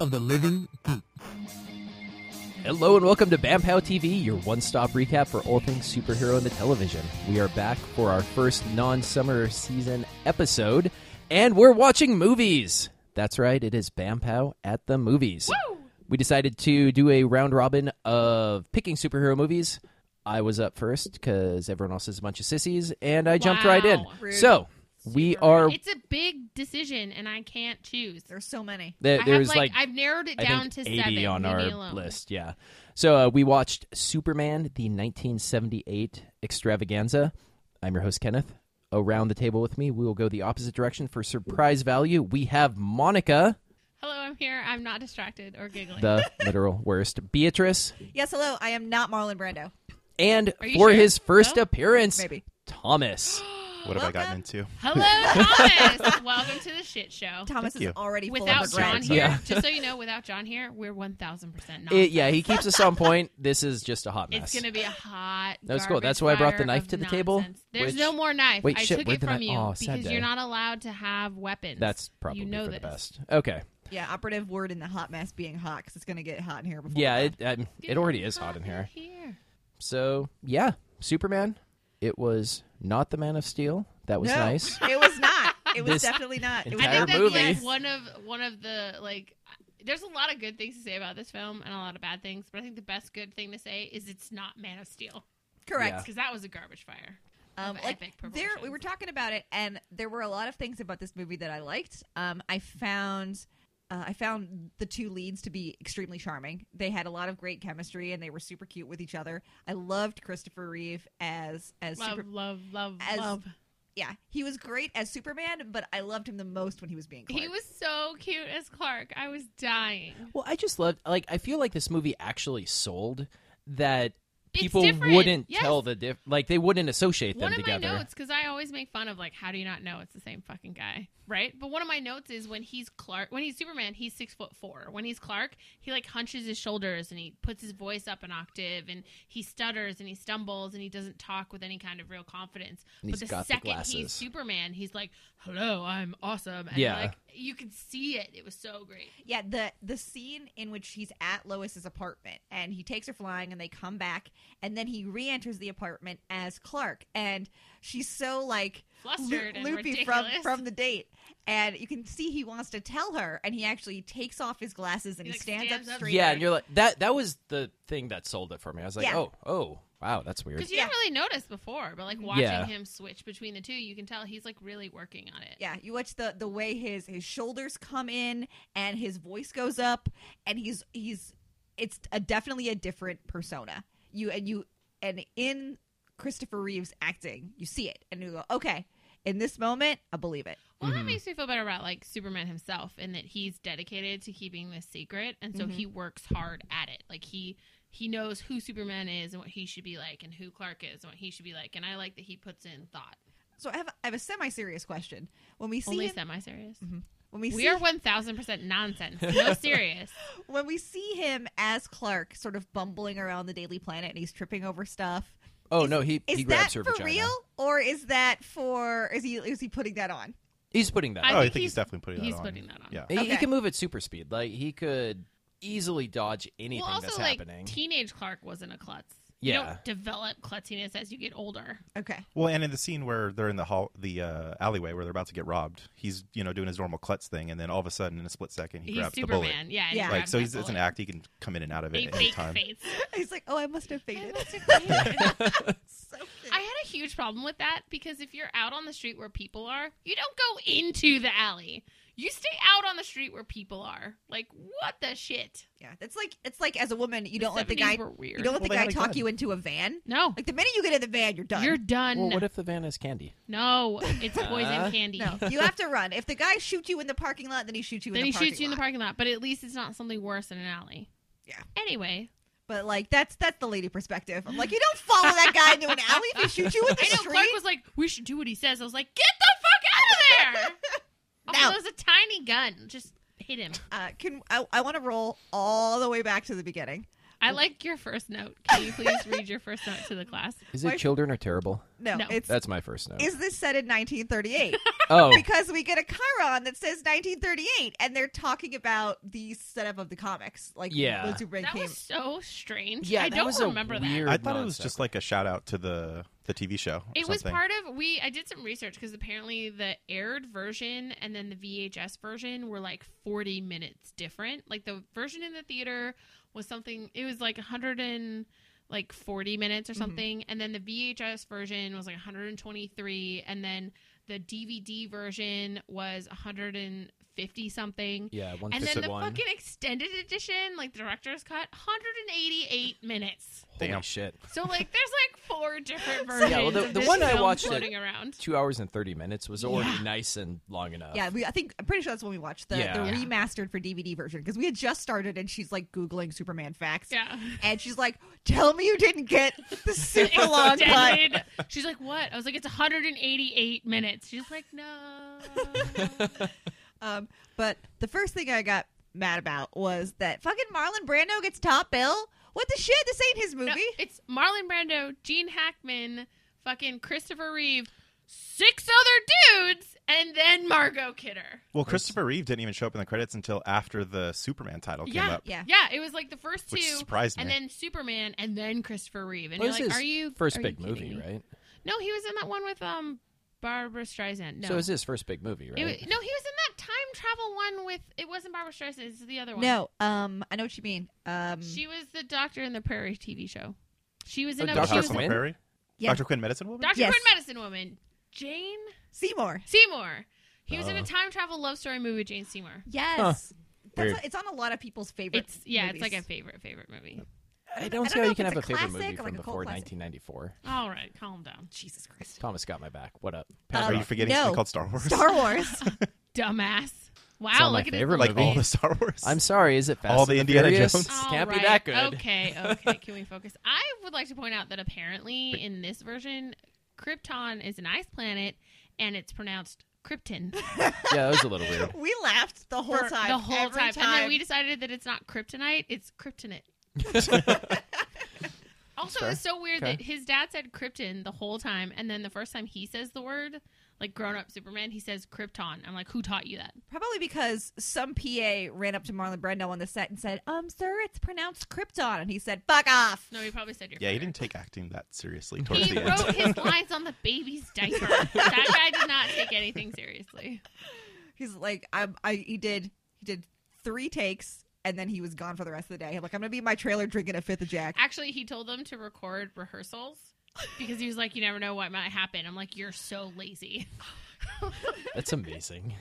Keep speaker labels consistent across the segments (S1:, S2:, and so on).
S1: of the living.
S2: Hello and welcome to BAMPOW TV, your one stop recap for all things superhero in the television. We are back for our first non summer season episode, and we're watching movies. That's right, it is BAMPOW at the movies. We decided to do a round robin of picking superhero movies. I was up first because everyone else is a bunch of sissies, and I jumped right in.
S3: Wow. Rude.
S2: So, we are.
S3: It's a big decision, and I can't choose.
S4: There's so many.
S2: There,
S3: I
S2: there
S3: have,
S2: was like,
S3: I've narrowed it
S2: I
S3: down
S2: think 80
S3: to seven.
S2: on
S3: Leave
S2: our
S3: me alone.
S2: list. Yeah. So uh, we watched Superman, the 1978 extravaganza. I'm your host, Kenneth. Around the table with me, we will go the opposite direction for surprise value. We have Monica,
S3: Hello, I'm here. I'm not distracted or giggling.
S2: the literal worst, Beatrice,
S4: Yes, hello. I am not Marlon Brando.
S2: and
S3: Are
S2: for
S3: you sure?
S2: his first
S3: No?
S2: appearance,
S4: Maybe.
S2: Thomas.
S5: What have I gotten into?
S3: Hello, Thomas. Welcome to the shit show.
S4: Thomas
S5: Thank
S4: is
S5: you.
S4: already full
S3: Without
S4: of
S3: John
S4: regret.
S3: here,
S2: Yeah.
S3: just so you know, without John here, we're one thousand percent not.
S2: It- yeah, he keeps us on point. This is just a hot mess.
S3: It's gonna be a hot.
S2: That's cool.
S3: garbage
S2: That's why I brought the
S3: fire
S2: knife
S3: of
S2: to the table,
S3: nonsense. There's
S2: which-
S3: no more knife.
S2: Wait,
S3: I
S2: shit,
S3: took
S2: where's
S3: it
S2: the
S3: from
S2: knife?
S3: you
S2: Aw,
S3: because
S2: sad day.
S3: you're not allowed to have weapons.
S2: That's probably
S3: you know
S2: for
S3: this.
S2: the best. Okay.
S4: Yeah, operative word in the hot mess being hot because it's going to get hot in here before.
S2: Yeah,
S4: we're
S2: it,
S4: done.
S2: um, it already is hot in here.
S3: Here.
S2: So yeah, Superman. It was not the Man of Steel. That was
S4: no,
S2: nice.
S4: It was not. It was
S2: This
S4: definitely not. It was
S2: entire
S3: I
S4: not
S3: think
S2: movie.
S3: That's like one of one of the like. There's a lot of good things to say about this film and a lot of bad things, but I think the best good thing to say is it's not Man of Steel
S4: correct.
S3: because that was a garbage fire.
S4: Um,
S3: Of
S4: like
S3: epic
S4: there,
S3: proportions.
S4: we were talking about it, and there were a lot of things about this movie that I liked. Um, I found, uh, I found the two leads to be extremely charming. They had a lot of great chemistry, and they were super cute with each other. I loved Christopher Reeve as as
S3: Love,
S4: super,
S3: love, love,
S4: as-
S3: love.
S4: yeah, he was great as Superman, but I loved him the most when he was being. Clark.
S3: He was so cute as Clark. I was dying.
S2: Well, I just loved. Like, I feel like this movie actually sold that
S3: It's
S2: people
S3: different.
S2: wouldn't
S3: Yes.
S2: tell the diff. Like, they wouldn't associate them
S3: One of
S2: together.
S3: my notes, because I always make fun of like, how do you not know it's the same fucking guy, right? But one of my notes is when he's Clark, when he's Superman, he's six foot four. When he's Clark, he like hunches his shoulders and he puts his voice up an octave and he stutters and he stumbles and he doesn't talk with any kind of real confidence.
S2: And
S3: but
S2: he's
S3: the
S2: got the
S3: second
S2: glasses.
S3: he's Superman, he's like, "Hello, I'm awesome," and
S2: Yeah.
S3: like you could see it. It was so great.
S4: Yeah, the the scene in which he's at Lois's apartment and he takes her flying and they come back and then he re-enters the apartment as Clark and she's so like
S3: Flustered and
S4: loopy from
S3: ridiculous.
S4: from the date and you can see he wants to tell her and he actually takes off his glasses and
S3: He,
S4: he,
S3: like,
S4: stands,
S3: stands
S4: up
S3: up.
S4: straight.
S2: Yeah, and you're like that. That was the thing that sold it for me. I was like,
S4: Yeah.
S2: oh, oh, wow, that's weird.
S3: Because you didn't really notice before, but like watching
S2: Yeah.
S3: him switch between the two, you can tell he's like really working on it.
S4: Yeah, you watch the the way his his shoulders come in and his voice goes up, and he's he's it's a, definitely a different persona. You and you and in Christopher Reeves acting, you see it, and you go, okay, in this moment, I believe it.
S3: Well, that makes me feel better about like Superman himself and that he's dedicated to keeping this secret, and so
S4: Mm-hmm.
S3: he works hard at it. Like he he knows who Superman is and what he should be like, and who Clark is and what he should be like. And I like that he puts in thought.
S4: So I have I have a semi serious question. When we see
S3: Only
S4: him,
S3: semi-serious.
S4: when we,
S3: We
S4: see
S3: are one thousand percent nonsense. No serious.
S4: when we see him as Clark, sort of bumbling around the Daily Planet, and he's tripping over stuff.
S2: oh
S4: is-
S2: no, he
S4: is
S2: he grabs
S4: that
S2: her
S4: for
S2: vagina.
S4: real, or is that for is he is he putting that on?
S2: He's putting that.
S3: I
S2: on.
S5: oh, I
S3: think
S5: think he's,
S3: he's-
S5: definitely putting that
S3: he's
S5: on.
S3: putting that on.
S5: Yeah.
S2: He, he
S4: okay.
S2: can move at super speed. Like he could easily dodge anything
S3: well,
S2: that's
S3: also like
S2: happening.
S3: teenage Clark wasn't a klutz. You
S2: Yeah.
S3: don't develop klutziness as you get older.
S4: Okay.
S5: Well, and in the scene where they're in the hall, the uh, alleyway where they're about to get robbed, he's you know doing his normal klutz thing, and then all of a sudden, in a split second, he
S3: he's
S5: grabs the bullet.
S3: Superman. Yeah. and he
S4: Yeah.
S5: Like
S3: grabs
S5: so,
S3: that
S5: he's it's an
S3: bullet.
S5: act. He can come in and out of
S3: He
S5: it at any
S3: fake
S5: time.
S3: faints.
S4: He's like, oh, I must have fainted. so cute.
S3: I had a huge problem with that because if you're out on the street where people are, you don't go into the alley. You stay out on the street where people are. Like what the shit?
S4: yeah, it's like it's like as a woman, you don't let the
S3: 70s
S4: guy
S3: were weird.
S4: you don't let
S5: Well,
S4: the
S5: they
S4: guy
S5: had a
S4: talk
S5: gun.
S4: you into a van.
S3: No,
S4: Like the minute you get in the van, you're done.
S3: you're done.
S2: well, what if the van is candy?
S3: no, it's poison
S2: Uh,
S3: candy.
S4: no, you have to run. If the guy shoots you in the parking lot, then he shoots you.
S3: Then
S4: in
S3: he
S4: the parking
S3: shoots you in the
S4: lot.
S3: parking lot, but at least it's not something worse than an alley.
S4: Yeah.
S3: Anyway,
S4: But like that's that's the lady perspective. I'm like, you don't follow that guy into an alley if he shoots you in the
S3: I know
S4: street.
S3: Clark was like, "We should do what he says." I was like, "Get the fuck out of there!" Also,
S4: Now-
S3: it was a tiny gun. Just hit him.
S4: uh, can I, I want to roll all the way back to the beginning
S3: I like your first note. Can you please read your first note to the class?
S2: Is it
S4: My-
S2: children are terrible?
S4: No,
S3: No.
S4: it's
S2: That's my first note.
S4: is this set in 1938?
S2: oh,
S4: because we get a Chiron that says 1938, and they're talking about the setup of the comics, like
S2: Yeah.
S4: when Superman
S3: That
S4: came.
S3: was so strange.
S2: Yeah,
S3: I
S2: that
S3: don't
S2: was a
S3: remember
S2: weird-
S3: that.
S5: I thought it was
S2: nonsense.
S5: just like a shout out to the the TV show. or
S3: It was
S5: something.
S3: part of we. I did some research because apparently the aired version and then the VHS version were like forty minutes different. Like the version in the theater was something. It was like hundred and like forty minutes or
S2: Mm-hmm.
S3: something, and then the VHS version was like one hundred and twenty three, and then the DVD version was one hundred and fifty something.
S2: yeah, one
S3: And then the
S2: one.
S3: fucking extended edition, like the director's cut, 188 minutes.
S2: Holy
S5: Damn.
S2: shit!
S3: So like, there's like four different versions.
S2: Yeah, well, the-
S3: of
S2: the
S3: this
S2: one I
S3: film
S2: watched
S3: floating around.
S2: Two hours and thirty minutes was already
S3: Yeah.
S2: nice and long enough.
S4: Yeah, we, I think I'm pretty sure that's when we watched the,
S2: Yeah.
S4: the
S2: Yeah.
S4: remastered for DVD version because we had just started, and she's like googling Superman facts,
S3: Yeah.
S4: and she's like, "Tell me you didn't get the super long cut."
S3: Extended. She's like, what? I was like, it's 188 minutes. She's like, no.
S4: Um, but the first thing I got mad about was that fucking Marlon Brando gets top bill. What the shit? This ain't his movie.
S3: No, it's Marlon Brando, Gene Hackman, fucking Christopher Reeve, six other dudes, and then Margot Kidder.
S5: Well, Christopher Reeve didn't even show up in the credits until after the Superman title came
S3: Yeah.
S5: up.
S4: Yeah.
S3: Yeah, it was like the first two,
S5: Which surprised
S3: and
S5: me.
S3: then Superman, and then Christopher Reeve. And
S2: Well,
S3: you're
S2: this
S3: like,
S2: is
S3: are you
S2: first
S3: are you
S2: big
S3: kidding
S2: movie,
S3: me?
S2: right?
S3: No, he was in that one with um Barbara Streisand. No,
S2: So it was his first big movie, right?
S3: It was- no, he was in that time travel one with it wasn't Barbara Streisand. It's the other one.
S4: No, um, I know what you mean. Um,
S3: she was the Doctor in the Prairie TV show. She was in
S2: Oh, Dr.
S3: a
S5: Doctor
S3: she was
S5: House
S3: in-
S5: on the
S2: Quinn?
S5: Prairie.
S4: Yeah.
S5: Doctor Quinn, Medicine Woman.
S3: Doctor
S4: Yes.
S3: Quinn Medicine Woman. Jane
S4: Seymour.
S3: Seymour. He was in
S2: Oh.
S3: a time travel love story movie with Jane Seymour.
S4: Yes.
S2: Huh.
S4: That's
S2: Weird.
S4: it's on a lot of people's favorite.
S3: It's yeah,
S4: movies.
S3: it's like a favorite favorite movie.
S2: I
S4: I
S2: don't
S4: don't
S2: see how
S4: know
S2: you
S4: if
S2: can
S4: it's
S2: have a
S4: a
S2: favorite
S4: classic
S2: movie
S4: or
S2: from
S4: like a cult
S2: before
S4: classic.
S2: 1994.
S3: All right, calm down,
S4: Jesus Christ.
S2: Thomas got my back. What up?
S4: Um,
S5: Are
S2: Patrick?
S5: you forgetting
S4: no.
S5: something called Star Wars?
S4: Star Wars.
S3: dumbass. Wow,
S2: all my
S3: look at his
S2: favorite
S5: like all the
S3: movies.
S5: Star Wars.
S2: I'm sorry. Is it Fast
S5: All the
S2: and
S5: Indiana
S2: Furious?
S5: Jones?
S3: All
S2: Can't be
S3: right.
S2: that good.
S3: Okay, okay. Can we focus? I would like to point out that apparently in this version, Krypton is an ice planet, and it's pronounced Krypton
S2: Yeah, that was a little weird.
S4: we laughed the whole
S3: for
S4: time.
S3: the whole
S4: every
S3: time. And then we decided that it's not kryptonite; it's kryptonite. also,
S2: fair.
S3: it's so weird
S2: Okay.
S3: that his dad said Krypton the whole time, and then the first time he says the word, like grown-up Superman, he says Krypton. I'm like, who taught you that?
S4: Probably because some PA ran up to Marlon Brando on the set and said, "Um, sir, it's pronounced Krypton," and he said, "Fuck off."
S3: No, he probably said your.
S5: yeah, he
S3: father.
S5: didn't take acting that seriously towards
S3: He
S5: the
S3: wrote
S5: end.
S3: his lines on the baby's diaper. that guy did not take anything seriously.
S4: He's like, I, I, he did, he did three takes, and then he was gone for the rest of the day. I'm like, I'm gonna be in my trailer drinking a fifth of Jack.
S3: Actually, he told them to record rehearsals because he was like, "You never know what might happen." I'm like, "You're so lazy."
S2: That's amazing.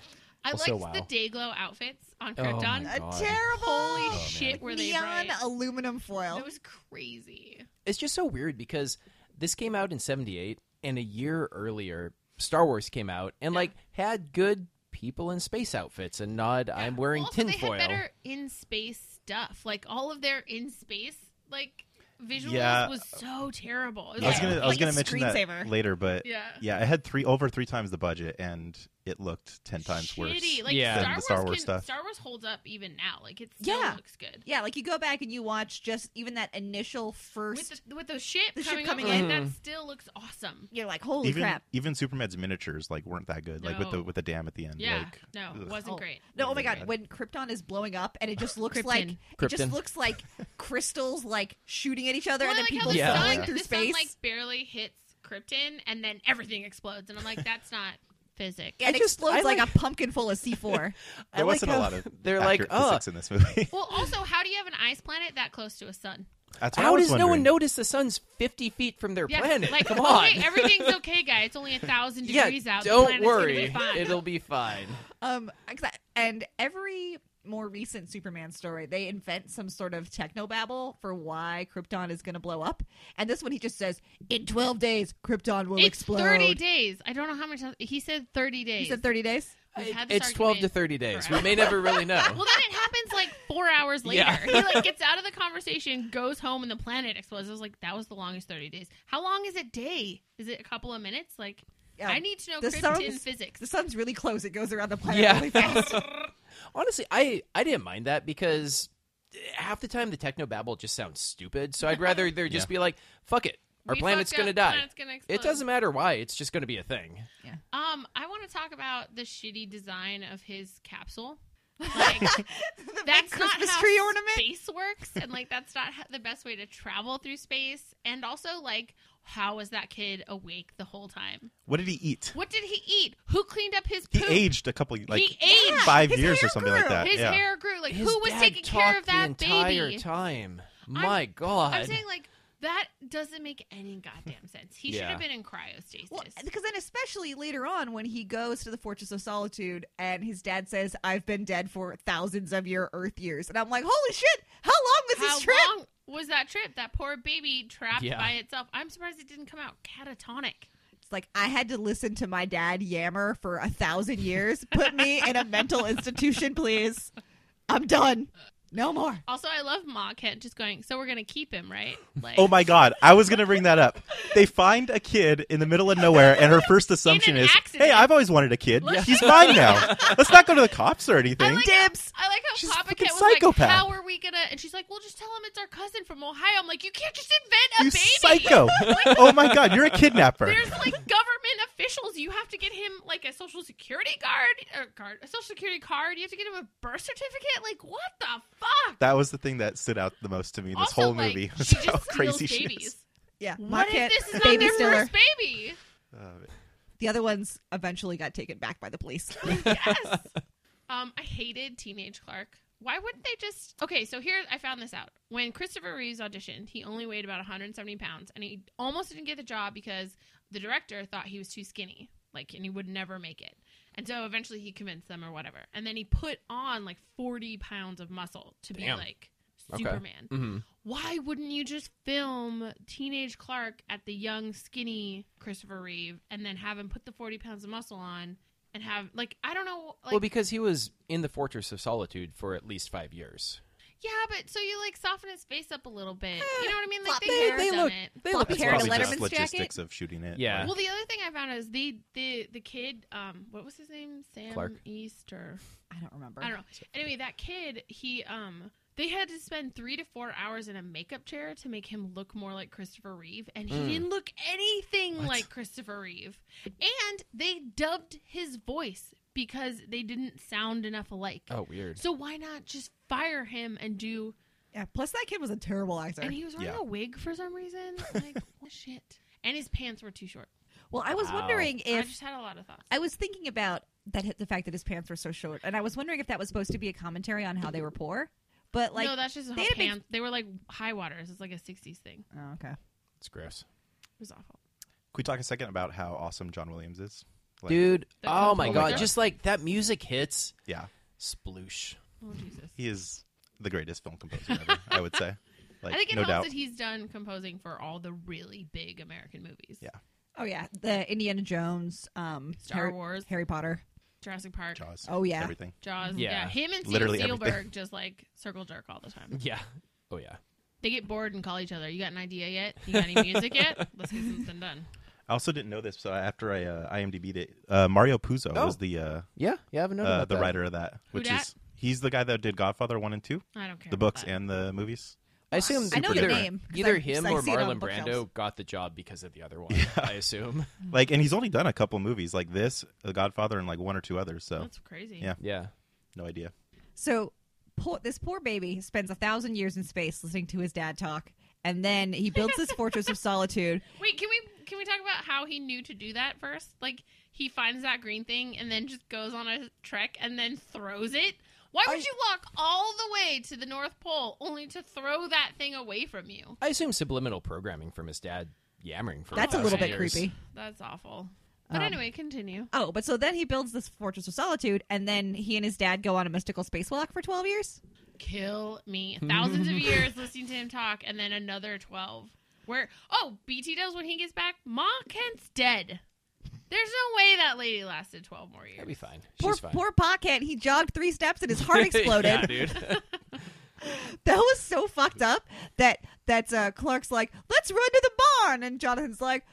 S3: I
S2: Also,
S3: liked the
S2: wow.
S3: Dayglow outfits on
S2: Oh,
S3: Krypton.
S2: my
S4: A
S2: God.
S4: terrible
S5: Oh,
S3: Holy
S2: man.
S3: shit, were they
S4: neon
S3: right?
S4: aluminum foil.
S3: That was crazy.
S2: It's just so weird because this came out in 78 and a year earlier Star Wars came out and like had good people in space outfits and not I'm wearing
S3: also,
S2: tinfoil.
S3: They had better in space stuff. Like all of their in space like visuals
S5: Yeah.
S3: was so terrible. It
S5: I was
S3: like-
S5: gonna, I was
S4: Like a
S5: gonna mention that
S4: screensaver.
S5: later, but yeah.
S3: yeah.
S5: it had three over three times the budget, and it looked ten times
S3: Shitty.
S5: worse.
S3: Like
S2: Yeah.
S3: Star,
S5: than
S3: Wars
S5: the Star Wars
S3: can,
S5: stuff.
S3: Star Wars holds up even now. Like it still
S4: Yeah.
S3: looks good.
S4: yeah, like you go back and you watch just even that initial first.
S3: With the, with the ship
S4: The ship
S3: coming,
S4: coming
S3: over it,
S2: in.
S3: that still looks awesome.
S4: you're like, holy
S5: even
S4: crap!
S5: even Superman's miniatures like weren't that good. Like with
S3: No.
S5: the with the dam at the end.
S3: Yeah,
S5: Like,
S3: no,
S5: ugh.
S3: it wasn't great.
S4: No, oh my
S5: really
S4: god,
S5: bad.
S4: when Krypton is blowing up and it just looks
S3: Krypton.
S4: like it
S2: Krypton.
S4: just looks like crystals like shooting at each other
S3: Well,
S4: and then
S3: like
S4: people
S3: how the
S2: Yeah.
S4: falling
S3: sun,
S4: through
S3: the
S4: space.
S3: sun like barely hits Krypton, and then everything explodes, and I'm like, that's not physics.
S4: and
S2: I
S4: it
S2: just-
S4: explodes
S2: I
S4: like,
S2: like-
S4: a pumpkin full of C4.
S2: I
S5: There
S2: like
S5: wasn't
S2: how
S5: a lot of
S2: they're like,
S5: accurate
S2: oh,
S5: physics in this movie.
S3: Well, also, how do you have an ice planet that close to a sun?
S5: That's what I
S2: how
S5: was
S2: does no one
S5: wondering.
S2: notice the sun's 50 feet from their
S3: Yeah,
S2: planet?
S3: like
S2: Come on.
S3: okay, everything's okay, guy. It's only a thousand
S2: yeah,
S3: degrees out. The
S2: don't
S3: planet's gonna be
S2: worry.
S3: fine.
S2: It'll be fine.
S4: um exa- and every more recent Superman story, they invent some sort of technobabble for why Krypton is going to blow up. And this one he just says, "In 12 days Krypton will
S3: it's
S4: explode."
S3: thirty days. I don't know how much. He said thirty days.
S4: He said 30 days.
S3: We've had this
S2: It's 12 to
S3: argument
S2: 30 days.
S3: forever.
S2: We may never really know.
S3: Well, then it happens like four hours later.
S2: Yeah.
S3: He like gets out of the conversation, goes home, and the planet explodes. I was like, that was the longest thirty days. How long is a day? Is it a couple of minutes? Like,
S4: Yeah.
S3: I need to know
S4: The
S3: Krypton
S4: sun's-
S3: physics.
S4: The sun's really close. It goes around the planet
S2: Yeah.
S4: really fast.
S2: Honestly, I I didn't mind that because half the time the techno babble just sounds stupid. So I'd rather there just be like, fuck it, our
S3: We
S2: planet's
S3: fucked
S2: gonna
S3: up,
S2: die.
S3: planet's gonna
S2: it
S3: explode.
S2: doesn't matter why. It's just gonna be a thing.
S3: Um, I want to talk about the shitty design of his capsule. Like, that's not
S4: Christmas
S3: how
S4: tree ornament?
S3: space works, and like that's not ho- the best way to travel through space. And also, like, how was that kid awake the whole time?
S5: What did he eat?
S3: What did he eat? Who cleaned up his
S5: He
S3: poop?
S5: aged a couple like
S3: He aged.
S5: five
S4: his
S5: years
S4: hair
S5: or something like
S4: grew.
S5: that.
S3: His
S5: yeah.
S3: hair grew. Like,
S2: His
S3: who was
S2: dad
S3: taking care
S2: talked
S3: of that
S2: the entire
S3: baby?
S2: time? My God.
S3: I'm saying like that doesn't make any goddamn sense. He should
S2: Yeah.
S3: have been in cryostasis.
S4: Well, because then, especially later on, when he goes to the Fortress of Solitude and his dad says, I've been dead for thousands of your Earth years. And I'm like, holy shit, how long was
S3: How
S4: this trip?
S3: long was that trip? That poor baby trapped
S2: Yeah.
S3: by itself. I'm surprised it didn't come out catatonic.
S4: It's like, I had to listen to my dad yammer for a thousand years. Put me in a mental institution, please. I'm done. No more.
S3: Also, I love Ma Kent just going, so we're going to keep him, right? Like,
S5: Oh my god, I was gonna bring that up. They find a kid in the middle of nowhere, and her first assumption is, "Hey,
S3: accident.
S5: I've always wanted a kid.
S3: Look-
S5: He's mine now. Let's not go to the cops or anything."
S3: I like,
S4: Dibs.
S3: I like how
S5: She's
S3: Papa
S5: fucking
S3: Kent was
S5: psychopath.
S3: like, how are we going to? And she's like, well, just tell him it's our cousin from Ohio. I'm like, you can't just invent a
S5: you
S3: baby.
S5: psycho! oh my god, you're a kidnapper.
S3: There's like government officials. You have to get him like a social security card, or card, a social security card. You have to get him a birth certificate. Like, what the fuck?
S5: That was the thing that stood out the most to me. This
S3: also,
S5: whole
S3: like,
S5: movie
S3: She
S5: was
S3: just
S5: how
S3: steals
S5: crazy she
S3: babies.
S5: is.
S4: Yeah. my
S3: What if
S4: kid,
S3: this is not
S4: baby
S3: their
S4: stealer.
S3: first baby?
S5: Uh,
S4: The other ones eventually got taken back by the police.
S3: yes. Um, I hated Teenage Clark. Why wouldn't they just? Okay, so here I found this out. When Christopher Reeves auditioned, he only weighed about 170 pounds, and he almost didn't get the job because the director thought he was too skinny, like, and he would never make it. And so eventually he convinced them or whatever, and then he put on like 40 pounds of muscle to be
S2: Damn.
S3: like
S2: Okay.
S3: Superman.
S2: hmm
S3: Why wouldn't you just film Teenage Clark at the young, skinny Christopher Reeve, and then have him put the 40 pounds of muscle on? And have like I don't know like
S2: well, because he was in the Fortress of Solitude for at least five years.
S3: Yeah, but so you like soften his face up a little bit. You know what I mean? Like
S4: flop
S3: they,
S4: it.
S3: hair
S2: Eh, They
S3: done
S2: look-
S3: it.
S2: They look
S4: Floppy
S5: it's
S4: hair and a
S5: probably just
S4: Letterman's
S5: logistics
S4: jacket?
S5: of shooting it.
S2: Yeah.
S3: Well, the other thing I found is the the the kid. Um, what was his name? Sam
S2: Clark.
S3: East or
S4: I don't remember.
S3: I don't know. Anyway, that kid. He um. They had to spend three to four hours in a makeup chair to make him look more like Christopher Reeve, and he
S2: Mm.
S4: Hmm.
S3: didn't look anything
S2: What?
S3: like Christopher Reeve. And they dubbed his voice because they didn't sound enough alike.
S2: Oh, weird.
S3: So why not just fire him and do
S4: Yeah. Plus, that kid was a terrible actor.
S3: And he was wearing
S5: Yeah.
S3: a wig for some reason. Like, what shit. And his pants were too short.
S4: well, I was
S2: Wow.
S4: wondering
S3: I
S4: if
S3: just had a lot of thoughts.
S4: I was thinking about that hit the fact that his pants were so short, and I was wondering if that was supposed to be a commentary on how they were poor. But like,
S3: no, that's just how
S4: they
S3: pants.
S4: had big-
S3: They were like high waters. It's like a '60s thing. It
S4: oh, okay.
S2: It's gross.
S3: was awful.
S5: Can we talk a second about how awesome John Williams is? Like,
S2: Dude,
S3: That
S2: oh
S3: comes
S2: my
S5: from
S2: God.
S5: the-
S2: Just like that music hits.
S5: Yeah,
S2: Sploosh.
S3: Oh Jesus!
S5: he is the greatest film composer ever. I would say. Like,
S3: I think it
S5: no
S3: helps
S5: doubt.
S3: that he's done composing for all the really big American movies.
S5: Yeah.
S4: Oh yeah, the Indiana Jones, um,
S3: Star
S4: Harry,
S3: Wars.
S4: Harry Potter.
S3: Jurassic Park, Jaws.
S5: Jaws.
S4: Oh, yeah.
S5: Everything.
S3: Yeah.
S2: Yeah.
S3: him and Steven
S5: Literally
S3: Spielberg
S5: everything.
S3: just like circle jerk all the time.
S2: Yeah. Oh, yeah.
S3: They get bored and call each other. You got an idea yet? You got any music yet? Let's get something done.
S5: I also didn't know this, so after I uh, IMDb'd it, uh, Mario Puzo
S2: Oh.
S5: was the uh,
S2: Yeah. Yeah. I haven't noticed
S5: uh,
S2: about
S5: the
S2: that.
S5: writer of that, which
S3: dat?
S5: is he's the guy that did Godfather one and two,
S3: I don't care.
S5: the
S3: about
S5: books
S3: that.
S5: and the movies.
S2: I assume
S4: I know
S2: either,
S4: the name, 'cause
S2: either
S4: I-
S2: him
S4: I
S2: or
S4: see it on
S2: Marlon
S4: bookshelves.
S2: Brando got the job because of the other one. I assume.
S3: Mm-hmm.
S5: Like, and he's only done a couple movies like this, The Godfather, and like one or two others. So
S3: That's crazy.
S5: Yeah.
S2: Yeah.
S5: no idea.
S4: So poor, this poor baby spends a thousand years in space listening to his dad talk, and then he builds this fortress of solitude.
S3: Wait, can we can we talk about how he knew to do that first? Like he finds that green thing and then just goes on a trek and then throws it. Why would
S2: I-
S3: you walk all the way to the North Pole only to throw that thing away from you?
S2: I assume subliminal programming from his dad yammering for
S4: That's a
S3: Oh,
S4: little bit
S2: thousand years.
S4: creepy.
S3: That's awful. But
S4: Um,
S3: anyway, continue.
S4: Oh, but so then he builds this fortress of solitude, and then he and his dad go on a mystical spacewalk for twelve years.
S3: Kill me. Thousands of years listening to him talk and then another 12. Where Oh, BT does when he gets back. Ma Kent's dead. There's no way that lady lasted 12 more
S2: That'd
S3: years.
S2: be fine.
S4: Poor,
S2: She's fine.
S4: poor Pocket. He jogged three steps and his heart exploded.
S2: yeah, dude.
S4: That was so fucked up that that uh, Clark's like, let's run to the barn, and Jonathan's like,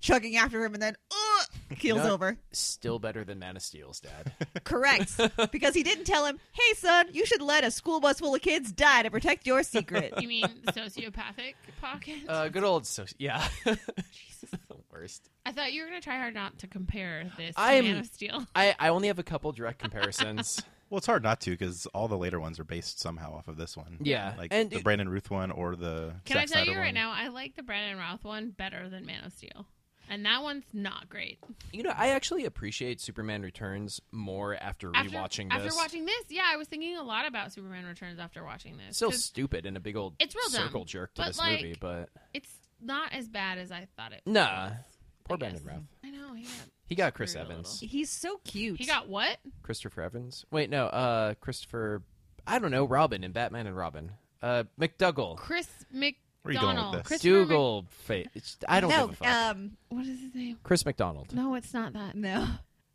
S4: chugging after him, and then, uh, keels
S2: know-
S4: over.
S2: Still better than Man of Steel's dad.
S4: Correct. because he didn't tell him, hey, son, you should let a school bus full of kids die to protect your secret.
S3: You mean the sociopathic pocket?
S2: Uh, good old so yeah.
S3: Jesus.
S2: Worst.
S3: I thought you were gonna try hard not to compare this
S2: I
S3: to
S2: am-
S3: Man of Steel.
S2: I, I only have a couple direct comparisons.
S5: Well, it's hard not to because all the later ones are based somehow off of this one.
S2: Yeah.
S5: like
S2: And
S5: the
S2: it-
S5: Brandon Ruth one or the.
S3: Can I
S5: Zack
S3: tell
S5: Snyder
S3: you right
S5: one.
S3: now? I like the Brandon Roth one better than Man of Steel, and that one's not great.
S2: you know, I actually appreciate Superman Returns more after,
S3: After
S2: rewatching
S3: after
S2: this.
S3: watching this, yeah, I was thinking a lot about Superman Returns after watching this.
S2: it's still
S3: 'cause
S2: stupid and a big old
S3: It's real dumb,
S2: circle jerk to
S3: but,
S2: this
S3: like,
S2: movie, but
S3: it's not as bad as I thought it.
S2: nah.
S3: was,
S2: Poor
S3: I guess.
S2: Brandon Routh.
S3: I know he got
S2: He got Chris
S3: screwed a
S2: Evans.
S3: little.
S4: He's so cute.
S3: He got what?
S2: Christopher Evans. Wait, no, uh Christopher I don't know, Robin in Batman and Robin. Uh McDougall.
S3: Chris
S5: Where are you going with
S3: McDonald.
S5: this?
S3: Chris
S2: Dougal Fa- it's- I don't
S4: no,
S2: give a fuck.
S3: uh,
S4: Um,
S3: What is his name?
S2: Chris McDonald.
S3: No, it's not that.
S4: no.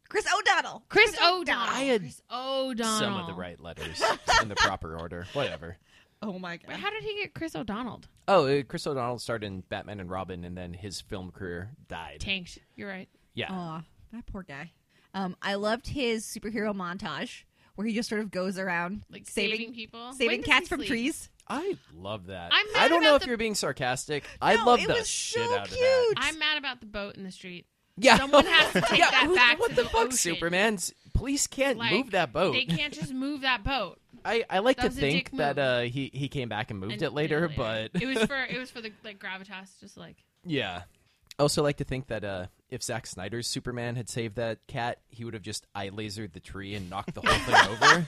S4: Chris O'Donnell.
S3: Chris O'Donnell.
S2: I had
S3: Chris O'Donnell.
S2: Some of the right letters in the proper order. Whatever.
S4: Oh, my
S3: Wait,
S4: God.
S3: how did he get Chris O'Donnell?
S2: Oh, uh, Chris O'Donnell starred in Batman and Robin, and then his film career died.
S3: Tanked. You're right.
S2: Yeah.
S4: Aw, that poor guy. Um, I loved his superhero montage where he just sort of goes around
S3: Like saving,
S4: saving
S3: people, When
S4: saving
S3: does
S4: cats
S3: he
S4: from
S3: sleep?
S4: trees.
S2: I love that.
S3: I'm mad
S2: I don't know
S3: about
S2: if
S3: the-
S2: you're being sarcastic. I
S4: No,
S2: love
S4: it
S2: the
S4: was
S2: shit
S4: so
S2: out of that.
S4: cute.
S3: I'm mad about the boat in the street.
S2: Yeah.
S3: Someone has to take
S2: Yeah,
S3: that
S2: who-
S3: back
S2: What
S3: to
S2: the,
S3: the
S2: fuck,
S3: ocean.
S2: Superman's police can't
S3: Like,
S2: move that boat.
S3: They can't just move that boat.
S2: I, I like
S3: That
S2: to
S3: was a
S2: think
S3: dick
S2: that
S3: move.
S2: uh, he he came back and moved
S3: and
S2: it later,
S3: did
S2: but
S3: it was for it was for the like gravitas, just like
S2: yeah. I also like to think that uh, if Zack Snyder's Superman had saved that cat, he would have just eye lasered the tree and knocked the whole thing over.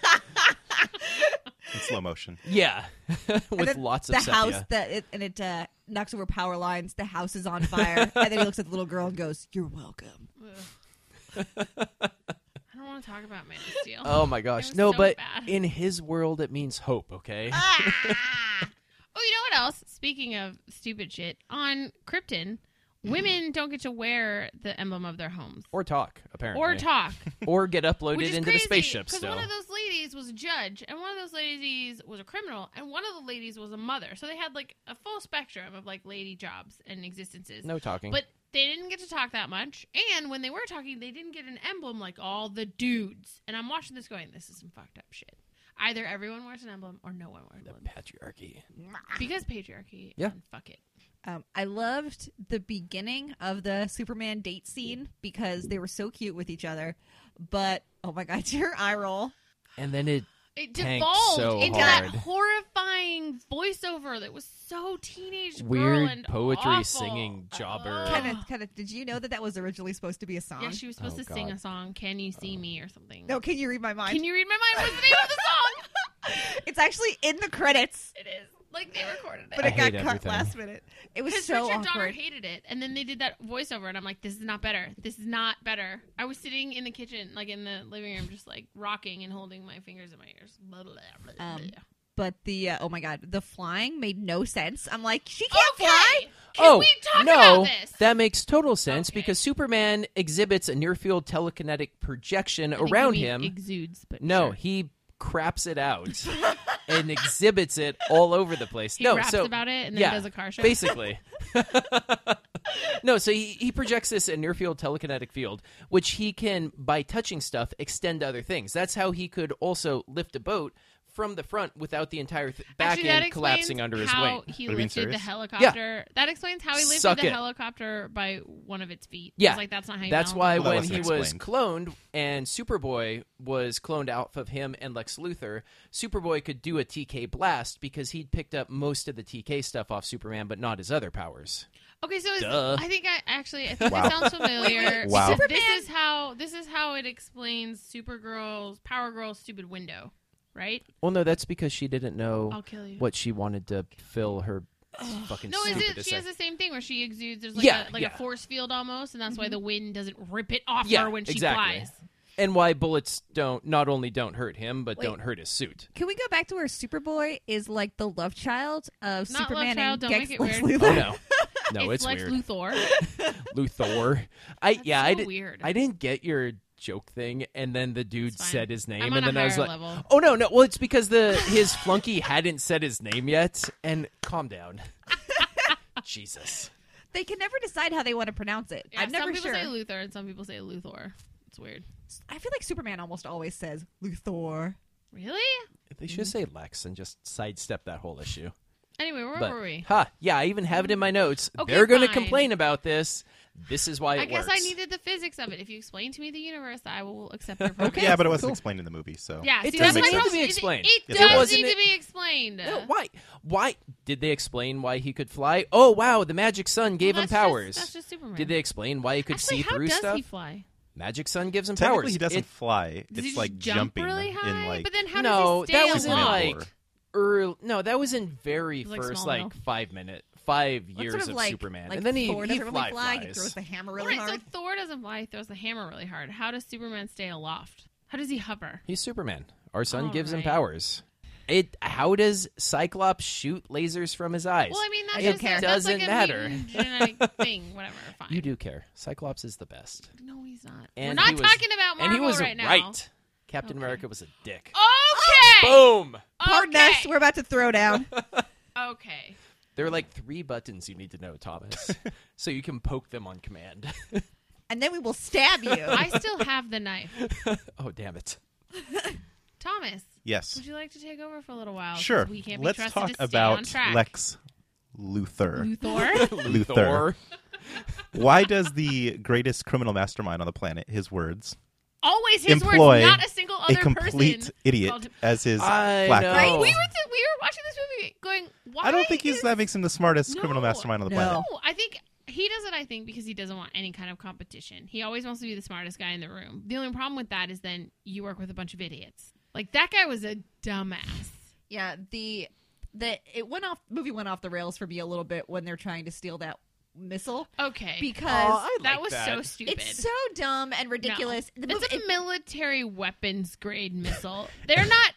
S5: in slow motion.
S2: Yeah, with
S4: then
S2: lots
S4: the
S2: of sepia.
S4: house that it, and it uh, knocks over power lines. The house is on fire, and then he looks at the little girl and goes, "You're welcome."
S3: ugh. I don't want to talk about Man of Steel.
S2: Oh my gosh.
S3: was
S2: No,
S3: so
S2: but
S3: bad.
S2: in his world it means hope, okay?
S3: Ah! oh, you know what else? Speaking of stupid shit, on Krypton, women don't get to wear the emblem of their homes
S2: or talk, apparently.
S3: or talk,
S2: Or get uploaded
S3: which is
S2: into
S3: crazy
S2: the spaceship still.
S3: one of those ladies was a judge, and one of those ladies was a criminal, and one of the ladies was a mother. So they had like a full spectrum of like lady jobs and existences.
S2: No talking.
S3: But they didn't get to talk that much. And when they were talking, they didn't get an emblem like all the dudes. And I'm watching this going, this is some fucked up shit. Either everyone wears an emblem or no one wears
S2: the
S3: one.
S2: patriarchy.
S3: Because patriarchy.
S2: Yeah.
S3: And fuck it.
S4: Um, I loved the beginning of the Superman date scene because they were so cute with each other. But oh my god, your eye roll!
S2: And then it
S3: It
S2: Tanked
S3: devolved
S2: so
S3: into that
S2: hard.
S3: horrifying voiceover that was so teenage girl
S2: weird
S3: and
S2: poetry
S3: awful.
S2: singing jobber.
S3: Ugh.
S4: Kenneth, Kenneth, did you know that that was originally supposed to be a song?
S3: Yeah, she was supposed
S2: Oh,
S3: to sing
S2: God. Oh.
S3: a song, Can You See Me or something.
S4: no, can you read my mind?
S3: Can you read my mind? What's the name of the song?
S4: It's actually in the credits,
S3: It is. Like they recorded it.
S4: but
S2: I
S4: it got
S2: hate
S4: cut
S2: everything.
S4: last minute. It was
S3: Because
S4: so
S3: Richard Donner
S4: awkward.
S3: hated it, and then they did that voiceover, and I'm like, "This is not better. This is not better." I was sitting in the kitchen, like in the living room, just like rocking and holding my fingers in my ears. Blah, blah, blah, blah.
S4: Um, but the uh, oh my god, the flying made no sense. I'm like, she can't
S3: okay,
S4: fly.
S3: Can
S2: oh
S3: we talk
S2: no!
S3: about this?
S2: That makes total sense
S3: Okay.
S2: because Superman exhibits a near-field telekinetic projection around him.
S3: exudes, but
S2: no,
S3: sure.
S2: he craps it out and exhibits it all over the place.
S3: he
S2: no,
S3: raps
S2: so
S3: about it and then
S2: yeah,
S3: does a car show.
S2: Basically. no, so he, he projects this in near field telekinetic field, which he can, by touching stuff, extend to other things. That's how he could also lift a boat from the front without the entire th- back
S3: Actually, that
S2: end collapsing
S3: explains
S2: under his
S3: how
S2: weight.
S3: He
S5: Are you being
S3: lifted the
S5: serious?
S3: helicopter. That explains how he lifted
S2: Suck
S3: the
S2: it.
S3: helicopter by one of its feet.
S2: Yeah.
S3: It's like that's not how. You
S2: That's
S3: balance
S2: why
S3: it.
S5: Well, that
S2: when
S5: wasn't
S2: he was
S5: explained.
S2: cloned and Superboy was cloned out of him and Lex Luthor, Superboy could do a TK blast because he'd picked up most of the TK stuff off Superman, but not his other powers.
S3: Okay, so is,
S2: Duh.
S3: I think I actually I think
S5: Wow.
S3: it sounds familiar.
S5: Wow.
S3: because
S4: Superman-
S3: This is how this is how it explains Supergirl's Power Girl's stupid window, right?
S2: Well, no, that's because she didn't know
S3: I'll kill you.
S2: what she wanted to fill her fucking
S3: No, is
S2: stupid
S3: it? She has the same thing where she exudes. There's like
S2: Yeah,
S3: a, like
S2: yeah.
S3: a force field almost, and that's why the wind doesn't rip it off
S2: yeah,
S3: her when she
S2: exactly.
S3: flies.
S2: And why bullets don't not only don't hurt him, but
S4: Wait.
S2: don't hurt his suit.
S4: Can we go back to where Superboy is like the love child of
S3: Not love
S4: Superman
S3: child,
S4: and
S3: don't
S4: Lex
S3: make it
S4: Lex
S3: weird.
S2: Oh
S4: Luthor?
S2: no, no, it's,
S3: Lex
S2: weird.
S3: Luthor.
S2: Luthor. I
S3: That's
S2: yeah,
S3: so
S2: I did.
S3: weird.
S2: I didn't get your joke thing, and then the dude
S3: It's fine.
S2: said his name,
S3: I'm on
S2: and
S3: a
S2: then I was
S3: higher
S2: like,
S3: level.
S2: "Oh no, no!" Well, it's because the his flunky hadn't said his name yet. And calm down, Jesus.
S4: They can never decide how they want to pronounce it.
S3: Yeah,
S4: I'm never
S3: some people
S4: sure.
S3: say Luther and some people say Luthor. It's weird.
S4: I feel like Superman almost always says Luthor.
S3: Really?
S2: They should say Lex and just sidestep that whole issue.
S3: Anyway, where
S2: but
S3: were we?
S2: ha, yeah, I even have it in my notes.
S3: Okay,
S2: They're going to
S3: fine.
S2: complain about this. This is why it
S3: I guess
S2: works.
S3: I needed the physics of it. If you explain to me the universe, I will accept your
S2: Okay.
S3: premise.
S5: yeah, but it wasn't
S2: Cool.
S5: explained in the movie, so
S3: Yeah,
S2: It does
S3: see, that's my
S5: make sense.
S3: problem.
S2: It
S3: Is
S2: explained.
S3: It,
S5: Yes,
S3: it
S5: it
S3: does
S5: was.
S2: Wasn't
S3: need to
S2: it-
S3: be explained.
S2: No, why? Why did they explain why he could fly? Oh wow, the magic sun gave
S3: Well,
S2: him
S3: that's just-
S2: powers.
S3: that's just Superman.
S2: Did they explain why he could
S3: Actually,
S2: see
S3: how
S2: through
S3: does
S2: stuff?
S3: he fly?
S2: Magic sun gives him
S5: technically
S2: powers.
S5: he doesn't
S2: It-
S5: fly.
S3: Does he
S5: it's like
S3: just jump
S5: jumping
S3: really high?
S5: in like
S3: but then how
S2: no,
S3: does he stay
S2: that was in
S5: alive?
S2: like
S5: Or-
S2: early. No, that was in very
S3: It was like
S2: first
S3: small
S2: like
S3: milk.
S2: five minute, five
S4: Well,
S2: years
S4: it's sort of, like,
S2: Superman,
S4: like
S2: and then he,
S4: Thor
S2: he
S4: doesn't really
S2: fly
S4: fly. He
S2: flies.
S4: throws the hammer really
S3: Right,
S4: hard.
S3: so Thor doesn't fly. He throws the hammer really hard. How does Superman stay aloft? How does he hover?
S2: He's Superman. Our sun
S3: All
S2: gives him
S3: right.
S2: powers. It. How does Cyclops shoot lasers from his eyes?
S3: Well, I mean, that's
S2: it
S3: just
S4: care.
S3: That's like
S2: doesn't
S3: a
S2: matter.
S3: mutant genetic thing, whatever. Fine.
S2: you do care. Cyclops is the best.
S3: No, he's not.
S2: And
S3: We're not
S2: he was-
S3: talking about Marvel
S2: and he was
S3: right now.
S2: right. Captain
S3: Okay.
S2: America was a dick.
S3: Okay.
S2: Boom.
S4: Pardon
S3: okay.
S4: us, we're about to throw down.
S3: okay.
S2: There are like three buttons you need to know, Thomas, so you can poke them on command.
S4: and then we will stab you.
S3: I still have the knife.
S2: oh, damn it.
S3: Thomas,
S5: yes,
S3: would you like to take over for a little while? Oh, 'Cause
S5: sure.
S3: We can't be
S5: Let's
S3: trusted
S5: talk
S3: to stay on
S5: about
S3: track.
S5: Lex Luthor.
S3: Luthor.
S5: Luthor. Why does the greatest criminal mastermind on the planet, his words,
S3: Always his
S5: Employ
S3: words, not a single other
S5: a complete
S3: person.
S5: idiot
S3: called him-
S5: as his
S2: I
S5: black
S2: know.
S3: Right?
S2: Oh.
S3: We were th- we were watching this movie going, why?
S5: I don't think he's
S3: is-
S5: that makes him the smartest
S3: No.
S5: criminal mastermind on the
S4: No.
S5: planet.
S3: No, Oh, I think he does it. I think because he doesn't want any kind of competition. He always wants to be the smartest guy in the room. The only problem with that is then you work with a bunch of idiots. Like that guy was a dumbass.
S4: yeah, the the it went off movie went off the rails for me a little bit when they're trying to steal that missile
S3: Okay,
S4: because
S3: that was so stupid.
S4: it's so dumb and ridiculous. The movie-
S3: it's a
S4: it-
S3: military weapons grade missile. They're not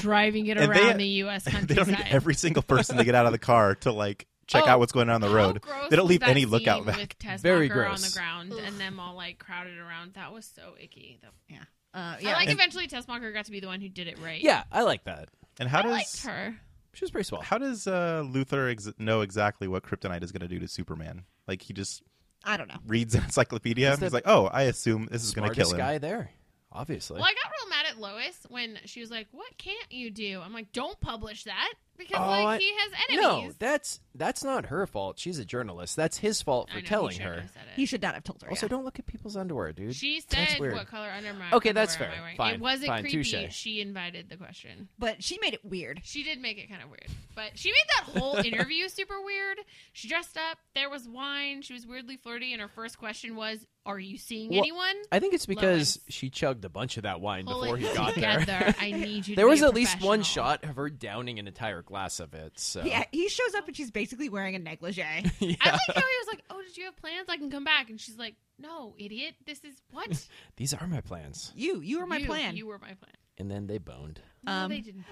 S3: driving it
S5: And
S3: around
S5: they-
S3: the U.S.
S5: They
S3: countryside.
S5: don't need every single person to get out of the car to like check
S3: Oh,
S5: out what's going on, on the
S3: How
S5: road.
S3: gross
S5: They don't
S3: was
S5: leave
S3: that
S5: any
S3: scene
S5: lookout back.
S3: With Tess
S2: Very
S3: Walker on
S2: gross.
S3: the ground
S4: Ugh.
S3: and them all like crowded around. That was so icky. That-
S4: yeah, uh, yeah.
S3: I like
S5: And-
S3: eventually Tess Walker got to be the one who did it right.
S2: Yeah, I like that.
S5: And how
S3: I liked
S5: does
S3: her.
S2: She was pretty swell.
S5: how does uh, Luthor ex- know exactly what kryptonite is going to do to Superman? Like he just
S4: I don't know.
S5: reads an encyclopedia
S2: He's
S5: and he's
S2: the
S5: like, "Oh, I assume this is going to
S2: Smartest
S5: kill him."
S2: guy there, obviously.
S3: Well, I got real mad at Lois when she was like, "What can't you do?" I'm like, "Don't publish that because
S2: Oh, I-
S3: like he has
S2: no,
S3: enemies."
S2: that's that's not her fault. She's a journalist. That's his fault
S3: I
S2: for
S3: know, he
S2: telling
S3: shouldn't
S2: her.
S3: have said it.
S4: He should not have told her.
S2: Also,
S4: yeah.
S2: don't look at people's underwear, dude.
S3: She
S2: That's
S3: said
S2: weird.
S3: what color under my
S2: Okay, that's
S3: underwear am
S2: fair.
S3: I wearing.
S2: Fine,
S3: it wasn't
S2: fine,
S3: creepy.
S2: touche.
S3: She invited the question.
S4: but she made it weird.
S3: She did make it kind of weird, but she made that whole interview super weird. She dressed up. There was wine. She was weirdly flirty, and her first question was, "Are you seeing
S2: Well,
S3: anyone?"
S2: I think it's because
S3: Lois.
S2: she chugged a bunch of that wine
S3: Pull
S2: before
S3: it
S2: he got
S3: together.
S2: there.
S3: I need you. to
S2: There was
S3: be a
S2: at least one
S3: professional.
S2: shot of her downing an entire glass of it. So
S4: Yeah, he shows up and she's basically wearing a negligee.
S2: Yeah.
S3: I like how he was like, "Oh, did you have plans? I can come back." And she's like, "No, idiot. This is what
S2: These are my plans.
S4: you, you were my
S3: You-
S4: plan.
S3: You were my plan."
S2: And then they boned.
S3: No,
S4: Um,
S3: they didn't.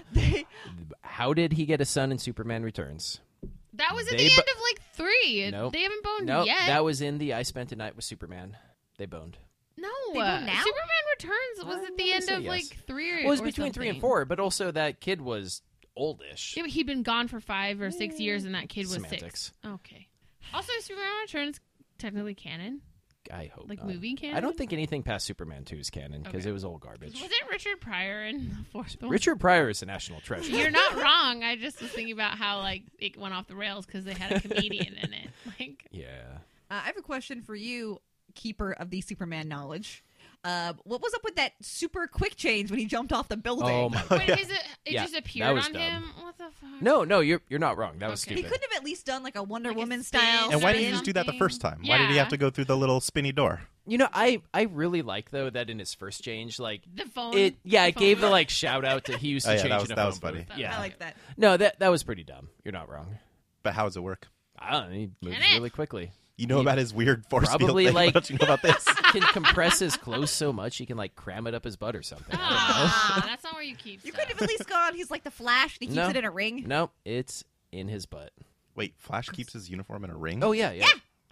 S2: How did he get a son in Superman Returns?
S3: That was at
S2: they
S3: the end
S2: bu-
S3: of like three.
S2: Nope.
S3: They haven't boned
S2: No,
S3: yet.
S2: that was in the I Spent a Night with Superman. They boned.
S3: no,
S4: They bone
S3: uh,
S4: now?
S3: Superman Returns was
S2: I
S3: at
S2: remember
S3: the end
S2: they
S3: of
S2: said yes.
S3: like three. Or,
S2: Well, it was
S3: or
S2: between three and
S3: something.
S2: four, but also that kid was oldish.
S3: Yeah, but he'd been gone for five or six years, and that kid was
S2: Semantics.
S3: six. Okay. Also, Superman Returns technically canon,
S2: I hope
S3: like
S2: not.
S3: movie canon.
S2: Uh, I don't think anything past Superman 2 is canon because
S3: Okay.
S2: it was old
S3: Was
S2: garbage.
S3: it Richard Pryor in the fourth film?
S2: Richard Pryor is a national treasure.
S3: You're not wrong. I just was thinking about how like it went off the rails because they had a comedian in it. Like
S2: yeah.
S4: Uh, I have a question for you, keeper of the Superman knowledge. Uh, what was up with that super quick change when he jumped off the building?
S2: Oh my.
S3: Wait, is it, it
S2: Yeah,
S3: just
S2: that
S3: appeared
S2: was
S3: on
S2: dumb.
S3: him? What the fuck?
S2: No, no, you're you're not wrong. That was
S3: Okay.
S4: He
S2: stupid.
S4: couldn't have at least done like a Wonder
S3: Like a
S4: Woman
S3: Oh, spin
S4: style.
S3: or
S5: And why didn't
S4: spin?
S5: he just do that the
S3: something.
S5: first time? Why did he
S3: Yeah.
S5: have to go through the little spinny door?
S2: You know, I I really like though that in his first change, like
S3: The phone.
S2: it. Yeah,
S3: the
S2: it gave the
S3: phone.
S2: like shout out to he used to
S5: Oh, yeah,
S2: change
S5: that was-
S2: in a
S5: that
S2: phone
S5: was funny.
S2: booth. Yeah.
S4: I like that.
S2: no, that that was pretty dumb. You're not wrong.
S5: But how does it work?
S2: I don't know. He moves
S3: it.
S2: really quickly.
S5: You know
S2: He
S5: about his weird force
S2: probably,
S5: field thing.
S2: like-
S5: What don't you know about this?
S2: Can compress his clothes so much he can like cram it up his butt or something.
S3: Ah, that's not where you keep.
S4: You
S3: stuff.
S4: could have at least gone. He's like the Flash. And he keeps
S2: No.
S4: it in a ring.
S2: No, it's in his butt.
S5: Wait, Flash keeps his uniform in a ring.
S2: Oh yeah, yeah.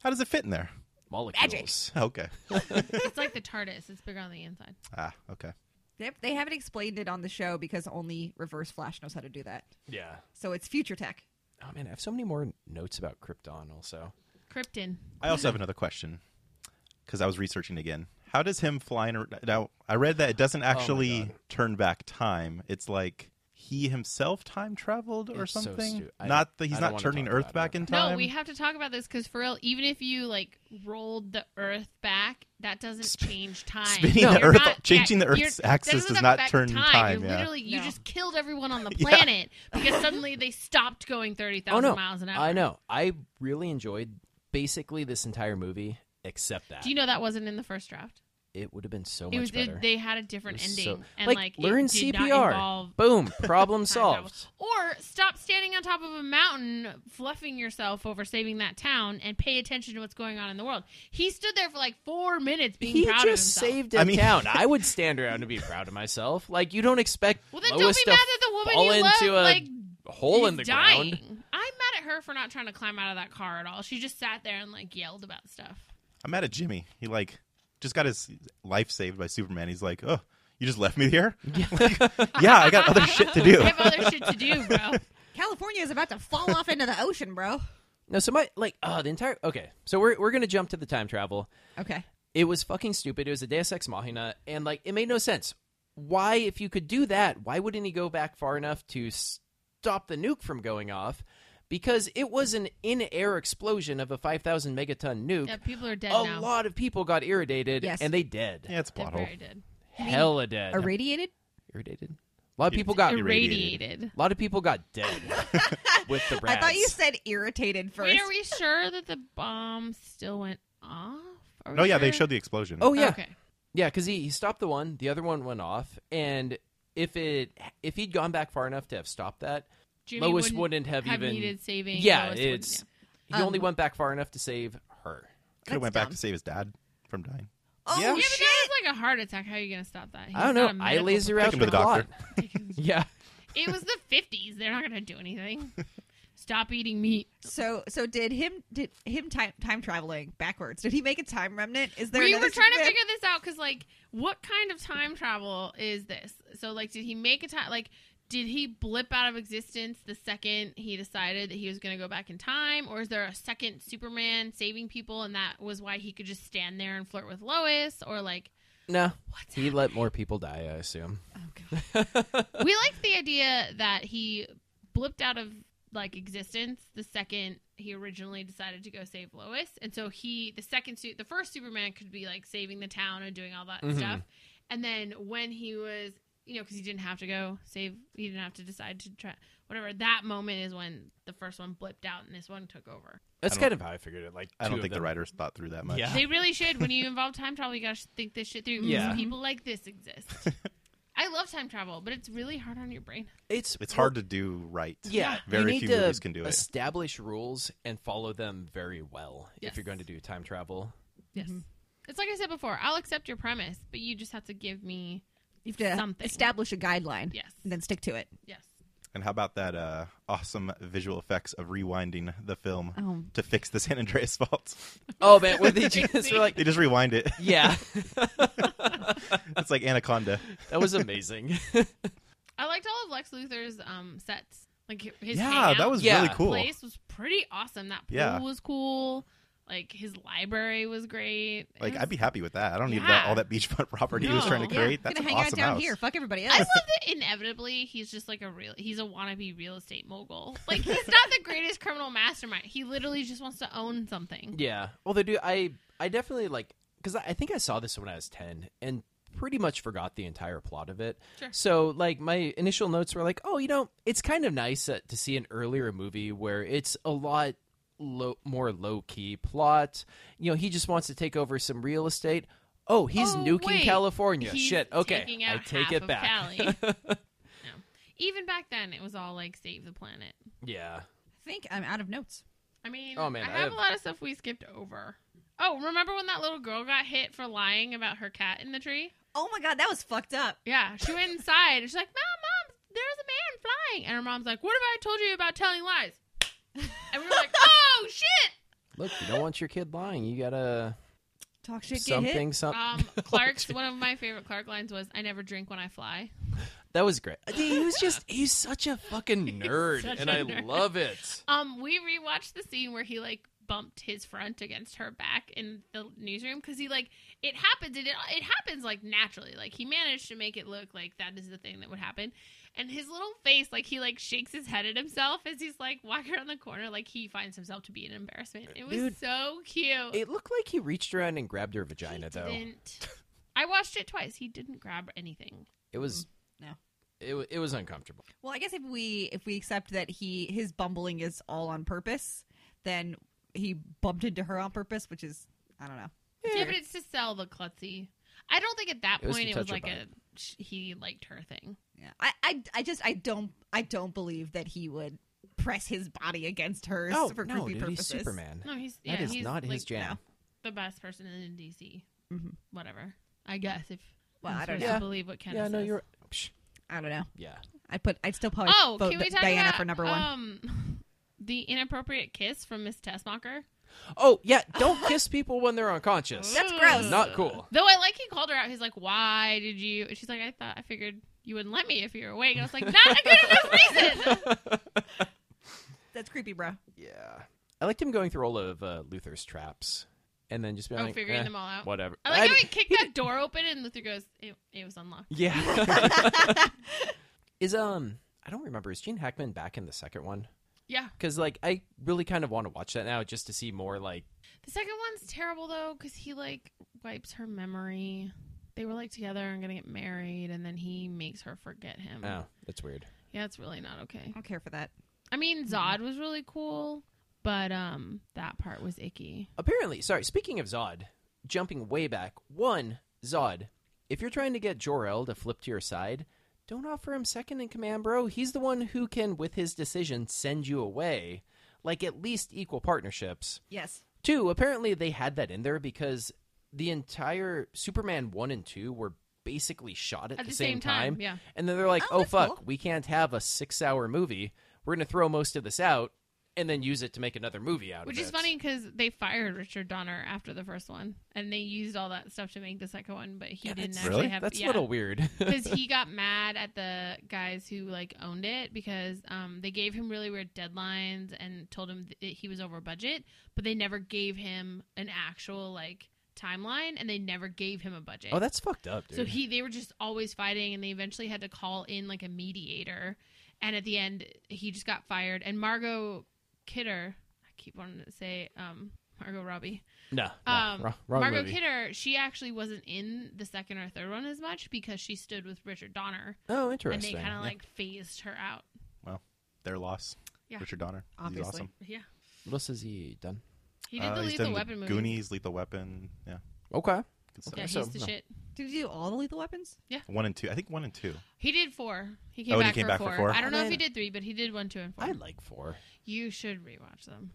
S5: How does it fit in there?
S2: Molecules.
S5: Okay.
S3: It's like the TARDIS. It's bigger on the inside.
S5: Ah, okay.
S4: They, they haven't explained it on the show because only Reverse Flash knows how to do that.
S2: Yeah.
S4: So it's future tech.
S2: Oh man, I have so many more notes about Krypton. Also,
S3: Krypton.
S5: I also have another question because I was researching again. How does him flying ar- now? I read that it doesn't actually
S2: Oh God.
S5: turn back time. It's like he himself time traveled or
S2: It's so
S5: something.
S2: stu- I
S5: not
S2: don't-
S5: that
S2: I
S5: he's
S2: don't
S5: not
S2: wanna
S5: turning
S2: talk about
S5: Earth
S2: it.
S5: back in time.
S3: No, we have to talk about this because for real, even if you like rolled the Earth back, that doesn't change time.
S5: spinning
S3: You're
S5: the Earth-
S3: not-
S5: changing the
S3: you're-
S5: Earth's
S3: that
S5: axis
S3: doesn't
S5: does not
S3: affect
S5: turn time,
S3: You
S5: yeah.
S3: Literally, you
S4: No.
S3: just killed everyone on the
S5: Yeah.
S3: planet because suddenly they stopped going thirty
S2: oh
S3: thousand
S2: no,
S3: miles an hour.
S2: I know. I really enjoyed basically this entire movie except that
S3: Do you know that wasn't in the first draft?
S2: it would have been so
S3: it
S2: much
S3: was
S2: better.
S3: it, they had a
S2: It
S3: different
S2: was
S3: ending
S2: so-
S3: and
S2: like,
S3: like, it
S2: learn
S3: did not
S2: CPR.
S3: involve
S2: Boom, problem
S3: time travel.
S2: solved.
S3: Or stop standing on top of a mountain, fluffing yourself over saving that town, and pay attention to what's going on in the world. He stood there for like four minutes being
S2: He
S3: proud of
S2: just
S3: himself.
S2: saved
S5: I
S2: a
S5: mean-
S2: town. I would stand around and be proud of myself. Like you don't expect
S3: well, then
S2: Lois
S3: don't be
S2: to
S3: mad that the woman
S2: fall
S3: you love
S2: into a
S3: like
S2: hole in the
S3: is dying.
S2: ground.
S3: I'm mad at her for not trying to climb out of that car at all. She just sat there and like yelled about stuff.
S5: I'm mad at Jimmy. He like just got his life saved by Superman. He's like, oh, you just left me here. yeah, I got other shit to do.
S3: I have other shit to do, bro.
S4: California is about to fall off into the ocean, bro.
S2: No, so my like uh the entire okay. So we're we're gonna jump to the time travel.
S4: Okay.
S2: It was fucking stupid. It was a Deus Ex Machina, and like it made no sense. Why, if you could do that, why wouldn't he go back far enough to stop the nuke from going off? Because it was an in-air explosion of a five thousand megaton nuke.
S3: Yeah, people are dead
S2: a
S3: now.
S2: lot of people got irritated,
S4: Yes.
S2: and they dead.
S5: Yeah, it's a
S3: They're
S5: plot hole.
S3: very dead.
S2: Hella dead.
S4: Irradiated?
S2: irritated. A lot of
S5: Yeah.
S2: people got. A
S5: Irradiated.
S3: Irradiated.
S2: lot of people got dead with the rats.
S4: I thought you said irritated first.
S3: Wait, are we sure that the bomb still went off? Are we
S5: Oh yeah, they
S3: sure?
S5: showed the explosion.
S2: Oh yeah,
S3: Okay.
S2: Yeah, because he, he stopped the one, the other one went off, and if it if he'd gone back far enough to have stopped that,
S3: Jimmy
S2: Lois
S3: wouldn't,
S2: wouldn't have, even.
S3: needed saving.
S2: yeah,
S3: Lois wouldn't-
S2: it's
S3: yeah.
S2: he
S4: Um,
S2: only went back far enough to save her.
S5: could have
S4: That's
S5: went back
S4: dumb.
S5: to save his dad from dying.
S4: Oh,
S2: Yeah.
S3: Yeah, but
S4: shit.
S3: that was like a heart attack. How are you gonna stop that?
S2: I
S3: He's not
S2: don't
S3: a
S2: know. I
S3: medical
S2: laser
S5: Take
S2: out
S5: him
S2: the,
S5: to the
S2: plot.
S5: doctor.
S3: professional.
S2: yeah,
S3: it was the fifties. They're not gonna do anything. Stop eating meat.
S4: So so did him did him time time traveling backwards? Did he make a time remnant? Is there
S3: we
S4: another
S3: were trying to
S4: Superman?
S3: figure this out because, like, what kind of time travel is this? So, like, did he make a time? Like, did he blip out of existence the second he decided that he was going to go back in time, or is there a second Superman saving people, and that was why he could just stand there and flirt with Lois, or like?
S2: no,
S3: What's
S2: he let more people die. I assume.
S4: Oh,
S3: we liked the idea that he blipped out of like existence the second he originally decided to go save Lois, and so he the second su- the first Superman could be like saving the town and doing all that
S2: Mhm.
S3: stuff, and then when he was you know because he didn't have to go save he didn't have to decide to try whatever that moment is when the first one blipped out and this one took over.
S2: That's
S5: I don't-
S2: kind of how I figured it. Like,
S5: I
S2: two
S5: don't
S2: of
S5: think the
S2: them.
S5: writers thought through that much.
S2: Yeah.
S3: They really should when you involve time travel, you gotta sh- think this shit through.
S2: Yeah.
S3: people like this exist. I love time travel, but it's really hard on your brain.
S2: It's
S5: It's hard to do right.
S2: Yeah,
S5: Very
S2: you need
S5: few
S2: to
S5: movies can do it.
S2: Establish rules and follow them very well if
S3: Yes.
S2: you're going to do time travel.
S3: Yes.
S4: Mm-hmm.
S3: It's like I said before, I'll accept your premise, but you just have to give me
S4: You have to
S3: Something.
S4: establish a guideline.
S3: Yes.
S4: And then stick to it.
S3: yes.
S5: And how about that uh, awesome visual effects of rewinding the film
S4: Oh.
S5: to fix the San Andreas fault?
S2: Oh man, were they just were like,
S5: they just rewind it.
S2: yeah,
S5: It's like Anaconda.
S2: that was amazing.
S3: I liked all of Lex Luthor's um sets. Like hi- his
S5: yeah,
S3: hangout
S5: that was
S2: Yeah.
S5: really cool.
S3: place was pretty awesome. That pool
S5: Yeah.
S3: was cool. Like his library was great. It
S5: Like
S3: was-
S5: I'd be happy with that. I don't need
S3: Yeah.
S5: that, all that beachfront property he was
S3: No.
S5: trying to
S3: Yeah,
S5: create.
S4: I'm
S5: That's an
S4: gonna hang out
S5: awesome
S4: down
S5: house.
S4: here. Fuck everybody
S3: I
S4: else.
S3: love that inevitably he's just like a real he's a wannabe real estate mogul. Like he's not the greatest criminal mastermind. He literally just wants to own something.
S2: Yeah. Well, they do. I I definitely like because I I think I saw this when I was ten and pretty much forgot the entire plot of it.
S3: Sure.
S2: So like my initial notes were like, oh, you know, it's kind of nice uh, to see an earlier movie where it's a lot low, more low key plot. You know, he just wants to take over some real estate. Oh, he's
S3: Oh,
S2: nuking
S3: wait.
S2: California.
S3: He's
S2: Shit. Okay,
S3: taking
S2: I
S3: out
S2: take
S3: half
S2: it
S3: of
S2: back.
S3: Cali. No. Even back then it was all like save the planet.
S2: yeah.
S4: I think I'm out of notes.
S3: I mean,
S2: Oh, man,
S3: I
S2: I
S3: have,
S2: have-
S3: a lot of stuff we skipped over. Oh, remember when that little girl got hit for lying about her cat in the tree?
S4: Oh my god, that was fucked up.
S3: Yeah, she went inside and she's like, "Mom, mom, there's a man flying," and her mom's like, "What have I told you about telling lies?" And we were like, "Oh shit!"
S2: Look, you don't want your kid lying. You gotta
S4: Talk shit, get hit.
S2: something. Something.
S3: Um, Clark's one of my favorite Clark lines was, "I never drink when I fly."
S2: That was great. He was just, he's such a fucking nerd,
S3: such
S2: and
S3: a
S2: I
S3: nerd.
S2: love it.
S3: Um, we rewatched the scene where he like bumped his front against her back in the newsroom because he like it happens. It it happens like naturally. Like he managed to make it look like that is the thing that would happen. And his little face, like he like shakes his head at himself as he's like walking around the corner, like he finds himself to be an embarrassment. It was
S2: Dude.
S3: so cute.
S2: It looked like he reached around and grabbed her vagina,
S3: He
S2: though.
S3: didn't- I watched it twice. He didn't grab anything.
S2: It
S3: Mm,
S2: was,
S4: No.
S2: it, wa- it was uncomfortable.
S4: Well, I guess if we if we accept that he his bumbling is all on purpose, then he bumped into her on purpose, which is I don't know.
S3: Yeah, but it's to sell the klutzy. I don't think at that
S2: It was
S3: point
S2: to
S3: it was
S2: touch
S3: like
S2: her
S3: a sh- he liked her thing.
S4: Yeah. I, I I just I don't I don't believe that he would press his body against hers
S2: Oh,
S4: for
S2: no,
S4: creepy
S2: dude,
S4: purposes.
S2: he's Superman.
S3: No, he's yeah,
S2: that is
S3: he's
S2: not
S3: like,
S2: his jam.
S3: The best person in DC.
S4: Mhm.
S3: Whatever. I guess if
S4: Well, I
S3: I'm
S4: don't
S3: supposed
S2: know.
S3: to
S2: Yeah.
S3: believe what Ken
S2: Yeah,
S3: says.
S2: no, you're. Psh,
S4: I don't know.
S2: yeah.
S4: I'd put I'd still probably
S3: Oh,
S4: vote
S3: can we
S4: Di-
S3: talk
S4: Diana
S3: about
S4: for number one.
S3: Um, the inappropriate kiss from Miss Tessmacher.
S2: Oh, yeah, don't kiss people when they're unconscious.
S4: That's gross.
S2: Not cool.
S3: Though I like he called her out. He's like, "Why did you?" And she's like, "I thought I figured you wouldn't let me if you were awake." I was like, "Not a good enough reason."
S4: That's creepy, bro.
S2: Yeah. I liked him going through all of uh, Luther's traps and then just being
S3: Oh,
S2: like,
S3: figuring
S2: eh,
S3: them all out.
S2: Whatever.
S3: I like how
S2: I'd-
S3: he kicked that door open and Luther goes, "It, it was unlocked."
S2: Yeah. is um I don't remember is Gene Hackman back in the second one?
S3: Yeah,
S2: Cuz like I really kind of want to watch that now just to see more like
S3: the second one's terrible though because he like wipes her memory. They were like together and gonna get married, and then he makes her forget him.
S2: oh, that's weird.
S3: Yeah, it's really not okay.
S4: I don't care for that.
S3: I mean, Zod was really cool, but um, that part was icky.
S2: Apparently, sorry, speaking of Zod, jumping way back. One, Zod, if you're trying to get Jor-El to flip to your side, don't offer him second in command, bro. He's the one who can with his decision send you away. Like at least equal partnerships.
S4: Yes.
S2: Two, apparently they had that in there because the entire Superman one and two were basically shot at,
S3: At
S2: the, same, time.
S3: yeah.
S2: And then they're like,
S4: Oh,
S2: oh,
S4: that's
S2: fuck,
S4: cool."
S2: we can't have a six hour movie. We're going to throw most of this out and then use it to make another movie out
S3: Which
S2: of it.
S3: is funny because they fired Richard Donner after the first one, and they used all that stuff to make the second one, but he
S2: Yeah,
S3: didn't
S2: that's-
S3: actually
S5: Really?
S3: have.
S2: That's
S3: yeah.
S2: a little weird.
S3: because he got mad at the guys who like owned it because um, they gave him really weird deadlines and told him that he was over budget but they never gave him an actual like timeline and they never gave him a budget
S2: oh, that's fucked up, dude.
S3: so he they were just always fighting and they eventually had to call in like a mediator and at the end he just got fired and margot kidder i keep wanting to say um, margot robbie
S2: no. no
S3: um,
S2: wrong, wrong
S3: Margot
S2: movie.
S3: Kidder, she actually wasn't in the second or third one as much because she stood with Richard Donner,
S2: oh,
S3: and they
S2: interesting.
S3: kind of
S2: Yeah.
S3: like phased her out.
S5: Their loss.
S3: Yeah.
S5: Richard Donner. He's
S4: Obviously.
S5: awesome.
S3: Yeah,
S2: What else has he done?
S3: he did
S5: Uh,
S3: the
S5: he's
S3: Lethal
S5: done
S3: Weapon movie.
S5: Goonies, Lethal Weapon. Yeah.
S2: Okay.
S5: Good stuff.
S3: Yeah, he's
S2: So,
S3: the
S2: no.
S3: shit.
S4: Did you do all the lethal weapons?
S5: One and two. I think one and two.
S3: He did four. He came,
S5: Oh, and
S3: back,
S5: he came
S3: for,
S5: back
S3: four.
S5: for four?
S3: I don't know if
S2: I-
S3: he did three, but he did one, two, and four.
S2: I like four.
S3: you should rewatch them.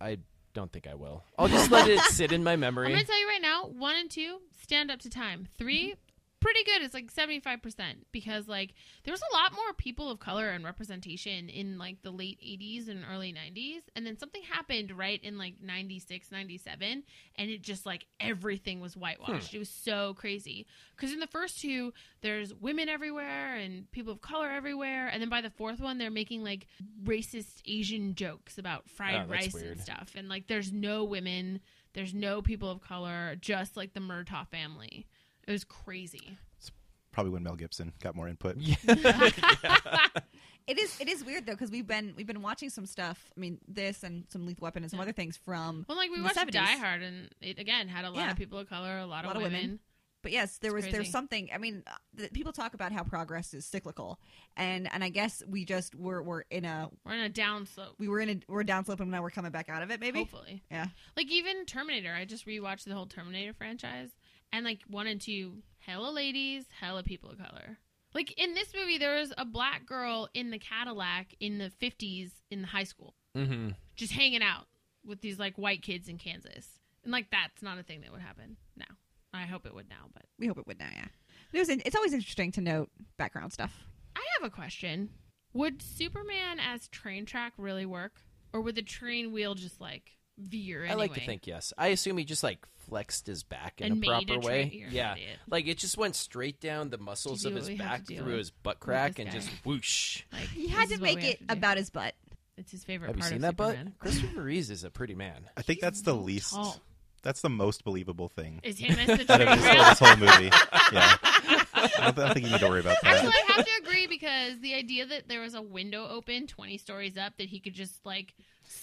S2: I don't think I will. I'll just let it sit in my
S3: I'm
S2: memory.
S3: gonna tell you right now: one and two stand up to time. Three, pretty good. It's like seventy five percent because like there was a lot more people of color and representation in like the late '80s and early '90s, and then something happened right in like '96, '97, and it just like everything was whitewashed.
S2: Hmm.
S3: It was so crazy because in the first two, there's women everywhere and people of color everywhere, and then by the fourth one, they're making like racist Asian jokes about fried
S2: Oh, that's
S3: rice
S2: weird.
S3: and stuff, and like there's no women. There's no people of color, just like the Murtaugh family. It was crazy.
S5: Probably when Mel Gibson got more input.
S4: It is it is weird though because we've been we've been watching some stuff. I mean, this and some lethal weapon and some other things from.
S3: Well, like we
S4: From the
S3: watched
S4: 70s.
S3: Die Hard, and it again had a lot
S4: Yeah.
S3: of people of color, a lot, of, women.
S4: But yes, there was there's
S3: crazy.
S4: something. I mean, uh, the, people talk about how progress is cyclical, and and I guess we just were we're in a
S3: We're in a downslope,
S4: we were in a we're downslope and now we're coming back out of it. Maybe
S3: hopefully.
S4: yeah.
S3: Like even Terminator, I just rewatched the whole Terminator franchise, and like one and two, hella ladies, hella people of color. Like in this movie, there was a black girl in the Cadillac in the '50s in the high school,
S2: mm-hmm.
S3: just hanging out with these like white kids in Kansas, and like that's not a thing that would happen now. I hope it would now, but
S4: We hope it would now. Yeah, it was. in- It's always interesting to note background stuff.
S3: I have a question. Would Superman as train track really work? Or would the train wheel just like Veer.
S2: I like to
S3: anyway.
S2: think yes. I assume he just like flexed his back in
S3: And
S2: a
S3: made
S2: proper
S3: a tra-
S2: way.
S3: you're an
S2: yeah,
S3: idiot.
S2: like it just went straight down the muscles
S3: Do
S2: of
S3: what
S2: his
S3: we have to
S2: back
S3: do
S2: through his butt
S3: with
S2: crack
S3: this
S2: and
S3: guy.
S2: just whoosh.
S3: Like,
S4: He had
S3: this is
S4: to
S3: what we
S4: make
S3: have
S4: it
S3: do.
S4: about his butt.
S3: It's his favorite
S2: Have you
S3: part
S2: seen
S3: of
S2: that butt?
S3: Superman.
S2: Christopher Reeves is a pretty man.
S5: I think that's the least.
S3: tall.
S5: That's the most believable thing
S3: Is him as the
S5: out of
S3: train
S5: this whole,
S3: wreck?
S5: this whole movie. Yeah, I don't, I don't think you need to worry about that.
S3: Actually, I have to agree because the idea that there was a window open 20 stories up that he could just like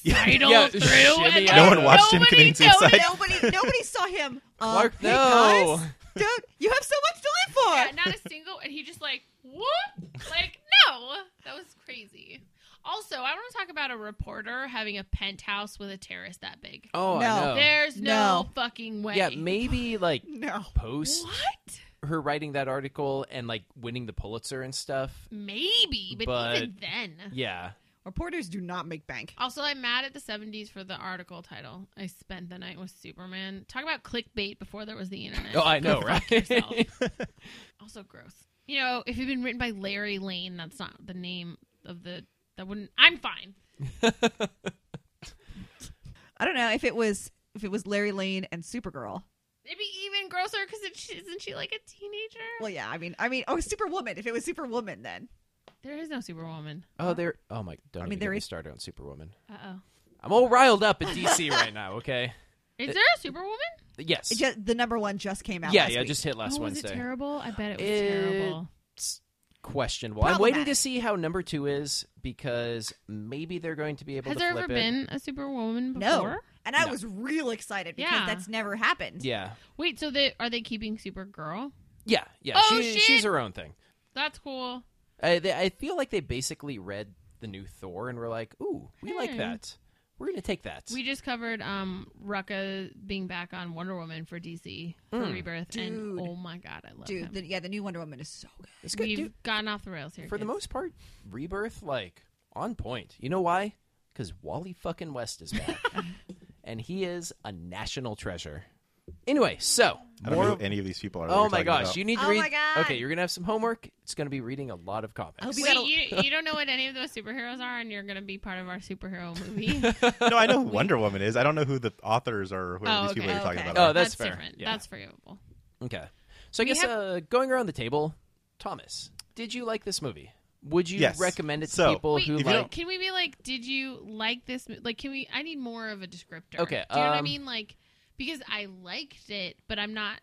S5: Yeah.
S3: sidle
S2: Yeah,
S3: through.
S2: shimmy
S3: And
S2: out.
S5: No one watched him
S3: nobody
S5: committing suicide.
S3: noticed.
S4: Nobody, nobody saw him. Uh,
S3: Oh,
S2: Clark,
S4: hey,
S2: no.
S4: guys, dude, you have so much to live for.
S3: Yeah, not a single. And he just like, whoop. Like, no. That was crazy. Also, I want to talk about a reporter having a penthouse with a terrace that big.
S2: Oh, I
S4: No.
S2: know.
S3: There's no,
S4: No.
S3: fucking way.
S2: yeah, maybe like
S4: No.
S2: post
S3: What?
S2: her writing that article and like winning the Pulitzer and stuff.
S3: Maybe, but,
S2: But-
S3: even then.
S2: Yeah,
S4: Reporters do not make bank.
S3: Also, I'm mad at the 70s for the article title. I spent the night with Superman. Talk about clickbait before there was the internet.
S2: Oh, I know,
S3: Go
S2: right?
S3: fuck yourself. also, gross. You know, if it'd been written by Larry Lane, that's not the name of the. That wouldn't. I'm fine.
S4: I don't know if it was if it was Larry Lane and Supergirl.
S3: It'd be even grosser because isn't she like a teenager?
S4: Well, yeah, I mean, I mean, oh, Superwoman. If it was Superwoman, then
S3: there is no Superwoman.
S2: Oh, there. Oh my! Don't
S4: I mean,
S2: even get
S4: there
S2: me
S4: is-
S2: started on Superwoman.
S3: Uh oh.
S2: I'm all riled up at DC right now. Okay.
S3: Is
S2: It-
S3: there a Superwoman?
S2: Yes.
S4: it just, the number one just came out.
S2: yeah,
S4: last
S2: yeah.
S4: week.
S2: Just hit last
S3: oh, was
S2: Wednesday.
S3: it terrible? I bet it was
S2: It-
S3: terrible.
S2: It's questionable. I'm waiting to
S4: Problematic.
S2: see how number two is because maybe they're going to be able
S3: Has
S2: to
S3: there
S2: flip
S3: ever
S2: it.
S3: been a Superwoman
S4: No.
S3: before?
S4: and I
S2: No.
S4: was real excited because
S3: Yeah.
S4: that's never happened.
S2: Yeah.
S3: Wait, so they are they keeping Supergirl?
S2: Yeah. Yeah.
S3: Oh,
S2: she,
S3: shit!
S2: She's her own thing.
S3: That's cool.
S2: I, they, I feel like they basically read the new Thor and were like, "Ooh, we like
S3: Hmm.
S2: that. We're gonna take that."
S3: We just covered um Rucka being back on Wonder Woman for DC for
S2: Mm.
S3: Rebirth,
S4: Dude.
S3: and oh my god, I love
S4: Dude,
S3: him.
S4: the, yeah, the new Wonder Woman is so good.
S2: it's good,
S3: We've
S2: dude.
S3: gotten off the rails here
S2: For the
S3: kids.
S2: most part, Rebirth like on point. You know why? Because Wally fucking West is back, and he is a national treasure. Anyway, so
S5: I don't
S2: more
S5: know
S2: of-
S5: who any of these people are. that
S2: Oh
S5: you're
S2: my
S5: talking
S2: gosh,
S5: about.
S2: you need to
S4: Oh
S2: read.
S4: my God.
S2: Okay, you're gonna have some homework. It's gonna be reading a lot of comics.
S4: We
S3: Wait,
S4: gotta-
S3: you, you don't know what any of those superheroes are, and you're gonna be part of our superhero movie.
S2: Oh,
S5: no, I know who Wonder Woman is. I don't know who the authors are. Or whoever
S3: Oh,
S5: these people
S3: okay.
S5: you're talking
S4: Okay.
S5: about.
S2: Oh,
S5: are.
S2: that's fair.
S3: different.
S2: Yeah.
S3: That's forgivable.
S2: Okay, so I
S3: We
S2: guess
S3: have-
S2: uh, going around the table, Thomas, did you like this movie? Would you
S5: Yes.
S2: recommend it to
S5: So,
S2: people
S3: Wait,
S2: who
S5: if you
S2: like?
S5: don't-
S3: can we be like, did you like this? mo- Like, can we? I need more of a descriptor.
S2: Okay,
S3: do you know what I
S2: um,
S3: mean? Like, because I liked it, but I'm not.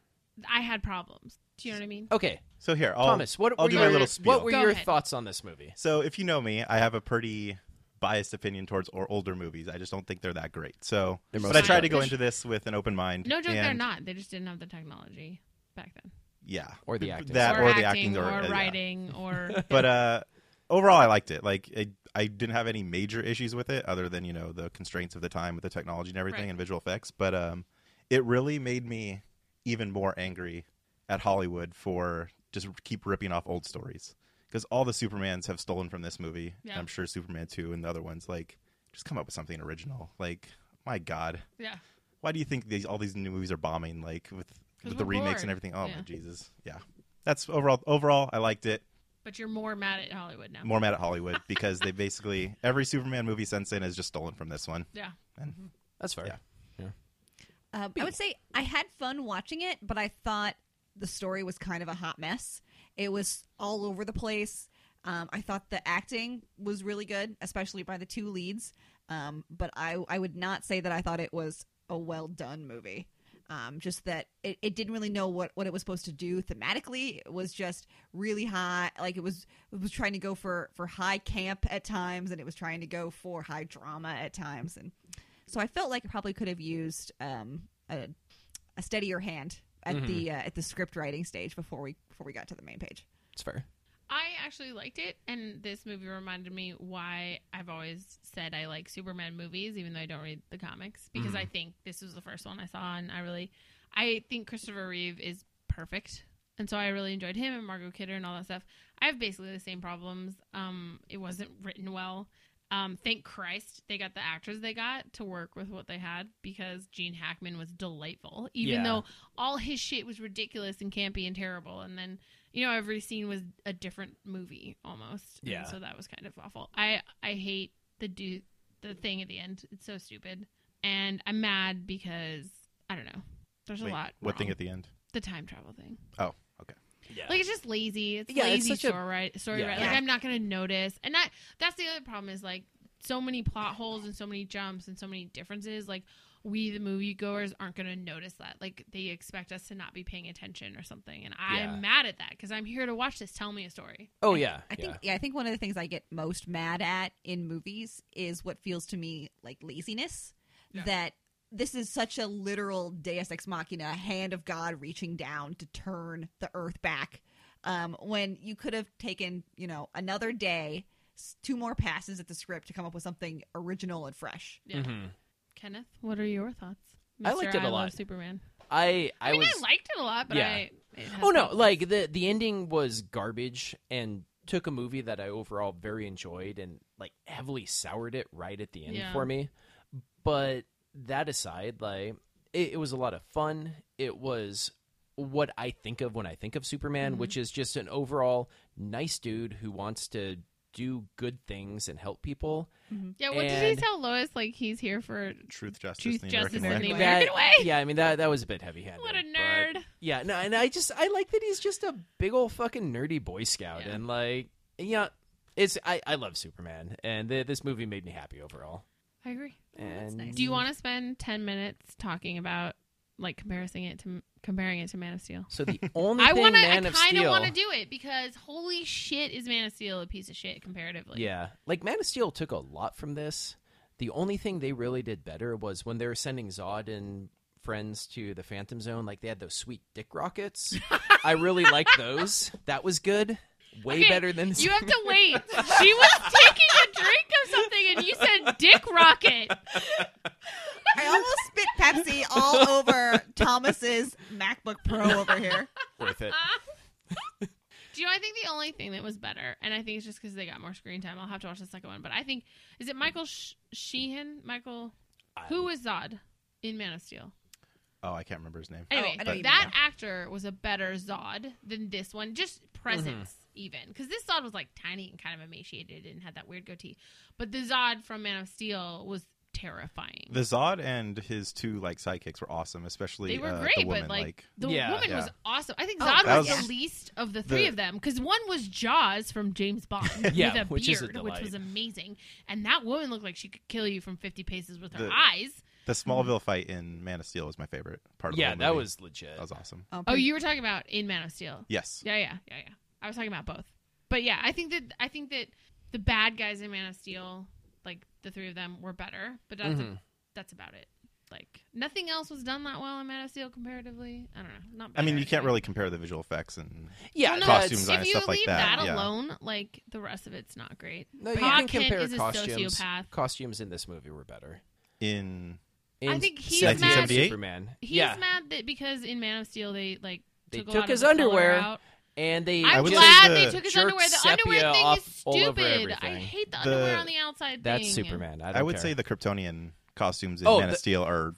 S3: I had problems. Do you know what I mean?
S2: Okay,
S5: So here, I'll,
S2: Oh, Thomas, what
S5: I'll
S2: were
S5: do
S2: your
S5: my little
S2: what
S5: spiel.
S2: were
S3: Go
S2: your
S3: ahead.
S2: thoughts on this movie?
S5: So if you know me, I have a pretty biased opinion towards or older movies. I just don't think they're that great. So,
S2: They're
S5: but
S2: mostly
S5: I tried to
S2: garbage.
S5: go into this with an open mind.
S3: No joke, they're
S5: and-
S3: not. They just didn't have the technology back then.
S5: Yeah,
S2: Or the
S5: Th-
S2: acting.
S5: that
S3: or,
S5: or,
S3: acting,
S5: the acting
S3: or,
S5: uh, yeah.
S3: writing or
S5: But uh, overall, I liked it. Like I, I didn't have any major issues with it, other than you know the constraints of the time with the technology and everything
S3: Right.
S5: and visual effects. But um, it really made me even more angry at Hollywood for just keep ripping off old stories because all the Supermans have stolen from this movie.
S3: Yeah.
S5: And I'm sure Superman two and the other ones. Like, just come up with something original. Like, my God,
S3: yeah.
S5: why do you think these all these new movies are bombing? Like with,
S3: 'Cause
S5: with the
S3: we're
S5: remakes
S3: bored.
S5: and everything. Oh
S3: Yeah.
S5: my Jesus, yeah. That's overall. Overall, I liked it
S3: But you're more mad at Hollywood now.
S5: more mad at Hollywood because they basically every Superman movie since then is just stolen from this one.
S3: Yeah.
S5: And
S2: That's fair.
S5: Yeah.
S4: Um, I would say I had fun watching it, but I thought the story was kind of a hot mess. It was all over the place. Um, I thought the acting was really good, especially by the two leads. Um, but I, I would not say that I thought it was a well done movie. Um, just that it, it didn't really know what, what it was supposed to do thematically. It was just really high. Like it was it was trying to go for, for high camp at times, and it was trying to go for high drama at times. And so I felt like I probably could have used um, a, a steadier hand at the uh, at the script writing stage before we before we got to the main page.
S2: It's fair.
S3: I actually liked it and this movie reminded me why I've always said I like Superman movies even though I don't read the comics because I think this was the first one I saw and I really I think Christopher Reeve is perfect. And so I really enjoyed him and Margot Kidder and all that stuff. I have basically the same problems. Um, it wasn't written well. Um, thank Christ they got the actors they got to work with what they had because Gene Hackman was delightful, even
S2: Yeah.
S3: though all his shit was ridiculous and campy and terrible. And then, you know, every scene was a different movie almost. And
S2: Yeah.
S3: so that was kind of awful. I I hate the do the thing at the end. It's so stupid. and I'm mad because I don't know. There's a
S5: Wait,
S3: lot.
S5: What thing
S3: wrong.
S5: at the end?
S3: the time travel thing?
S5: Oh, okay.
S2: Yeah.
S3: Like it's just lazy. It's
S2: Yeah, it's
S3: lazy
S2: such a-
S3: story, right? Story,
S2: Yeah.
S3: right? Like I'm not gonna notice, and that that's the other problem is like so many plot holes and so many jumps and so many differences. Like we, the moviegoers, aren't gonna notice that. Like they expect us to not be paying attention or something, and I'm
S2: Yeah.
S3: mad at that because I'm here to watch this. Tell me a story.
S2: oh yeah.
S4: I
S2: yeah.
S4: think yeah, I think one of the things I get most mad at in movies is what feels to me like laziness. That this is such a literal Deus ex machina, hand of God reaching down to turn the Earth back. Um, when you could have taken you know another day, s- two more passes at the script to come up with something original and fresh.
S3: Yeah.
S2: Mhm.
S3: Kenneth, what are your thoughts?
S2: I liked
S3: Mr.
S2: it a
S3: I Love
S2: lot.
S3: Superman.
S2: I I
S3: I, mean,
S2: was
S3: I liked it a lot, but
S2: Yeah.
S3: I. it has
S2: Oh no,
S3: problems.
S2: like the the ending was garbage and took a movie that I overall very enjoyed and like heavily soured it right at the end
S3: Yeah.
S2: for me. But that aside, like it, it was a lot of fun. It was what I think of when I think of Superman,
S3: Mhm.
S2: which is just an overall nice dude who wants to do good things and help people.
S3: Yeah, what did he
S2: and-
S3: tell Lois? Like he's here for
S5: Truth, justice,
S3: Truth,
S5: and the
S3: justice,
S5: American
S3: and
S5: way.
S3: the
S2: That-
S3: American way.
S2: Yeah, I mean that that was a bit heavy handed.
S3: What a nerd.
S2: Yeah, no, and I just I like that he's just a big old fucking nerdy boy scout,
S3: Yeah.
S2: and like, yeah, it's I I love Superman, and th- this movie made me happy overall.
S3: I agree.
S2: And
S4: nice.
S3: Oh, Do you want to spend 10 minutes talking about like comparing it to comparing it to Man of Steel?
S2: So the only
S3: I
S2: thing
S3: want to I
S2: Man of
S3: kind of
S2: Steel,
S3: want to do it because holy shit is Man of Steel a piece of shit comparatively.
S2: yeah, like Man of Steel took a lot from this. The only thing they really did better was when they were sending Zod and friends to the Phantom Zone. Like they had those sweet dick rockets. I really liked those. That was good. Way
S3: Okay,
S2: better than
S3: You have to wait. She was taking a drink of something and you said dick rocket.
S4: I almost spit Pepsi all over Thomas's MacBook Pro over here.
S2: worth it.
S3: Uh. Do you know, I think the only thing that was better, and I think it's just because they got more screen time. I'll have to watch the second one, but I think is it Michael Sh- Sheehan? Michael, who was Zod in Man of Steel?
S5: Oh, I can't remember his name.
S3: Anyway,
S4: I don't even
S3: that
S4: know.
S3: actor was a better Zod than this one, just presence even, because this Zod was like tiny and kind of emaciated and had that weird goatee, but the Zod from Man of Steel was terrifying.
S5: The Zod and his two like sidekicks were awesome, especially
S3: they were
S5: uh,
S3: great,
S5: the woman.
S3: but like, the
S2: Yeah.
S3: woman
S5: Yeah.
S3: was awesome. I think
S4: Oh,
S3: Zod
S5: that
S3: was,
S5: was-
S3: the least of the three
S5: the-
S3: of them because one was Jaws from James Bond
S2: Yeah,
S3: with a
S2: which is a
S3: beard, which was
S2: delight.
S3: amazing, and that woman looked like she could kill you from fifty paces with her
S5: The-
S3: eyes.
S5: the Smallville fight in Man of Steel was my favorite part. Of the
S2: Yeah,
S5: whole
S2: that
S5: movie.
S2: was legit.
S5: that was awesome.
S3: Oh, you were talking about in Man of Steel.
S5: Yes,
S3: Yeah, yeah, yeah, yeah. I was talking about both. But yeah, I think that I think that the bad guys in Man of Steel, like the three of them, were better. But that's
S5: Mm-hmm.
S2: Mhm.
S3: that's about it. Like nothing else was done that well in Man of Steel comparatively. I don't know. Not.
S5: I mean
S3: better.
S5: you can't really compare the visual effects and
S2: Yeah,
S3: Well, no,
S2: that's-
S5: costumes
S3: if
S5: on it,
S3: you
S5: stuff like
S3: leave
S5: that, yeah.
S3: alone, like the rest of it's not great.
S2: No, you
S3: Pa
S2: can
S3: Kent
S2: compare
S3: is a
S2: costumes.
S3: sociopath.
S2: Costumes in this movie were better.
S5: in
S2: In
S3: I think he's
S2: 1978
S5: mad-
S2: Superman.
S3: He's
S2: yeah,
S3: mad that because in Man of Steel they like
S2: They
S3: took, a
S2: took
S3: lot of
S2: his
S3: the color
S2: underwear.
S3: out.
S2: and they.
S3: I'm
S5: would
S2: just-
S5: say
S3: glad
S5: the
S3: they took his
S2: jerk
S3: underwear. The underwear
S2: sepia
S3: thing is
S2: off all over
S3: stupid. I
S2: everything.
S3: hate the
S5: The-
S3: underwear on the outside.
S2: That's
S3: thing.
S2: Superman. I,
S5: I,
S2: don't
S5: would
S2: care.
S5: say the Kryptonian costumes in
S2: Oh,
S5: Man
S2: the-
S5: of Steel are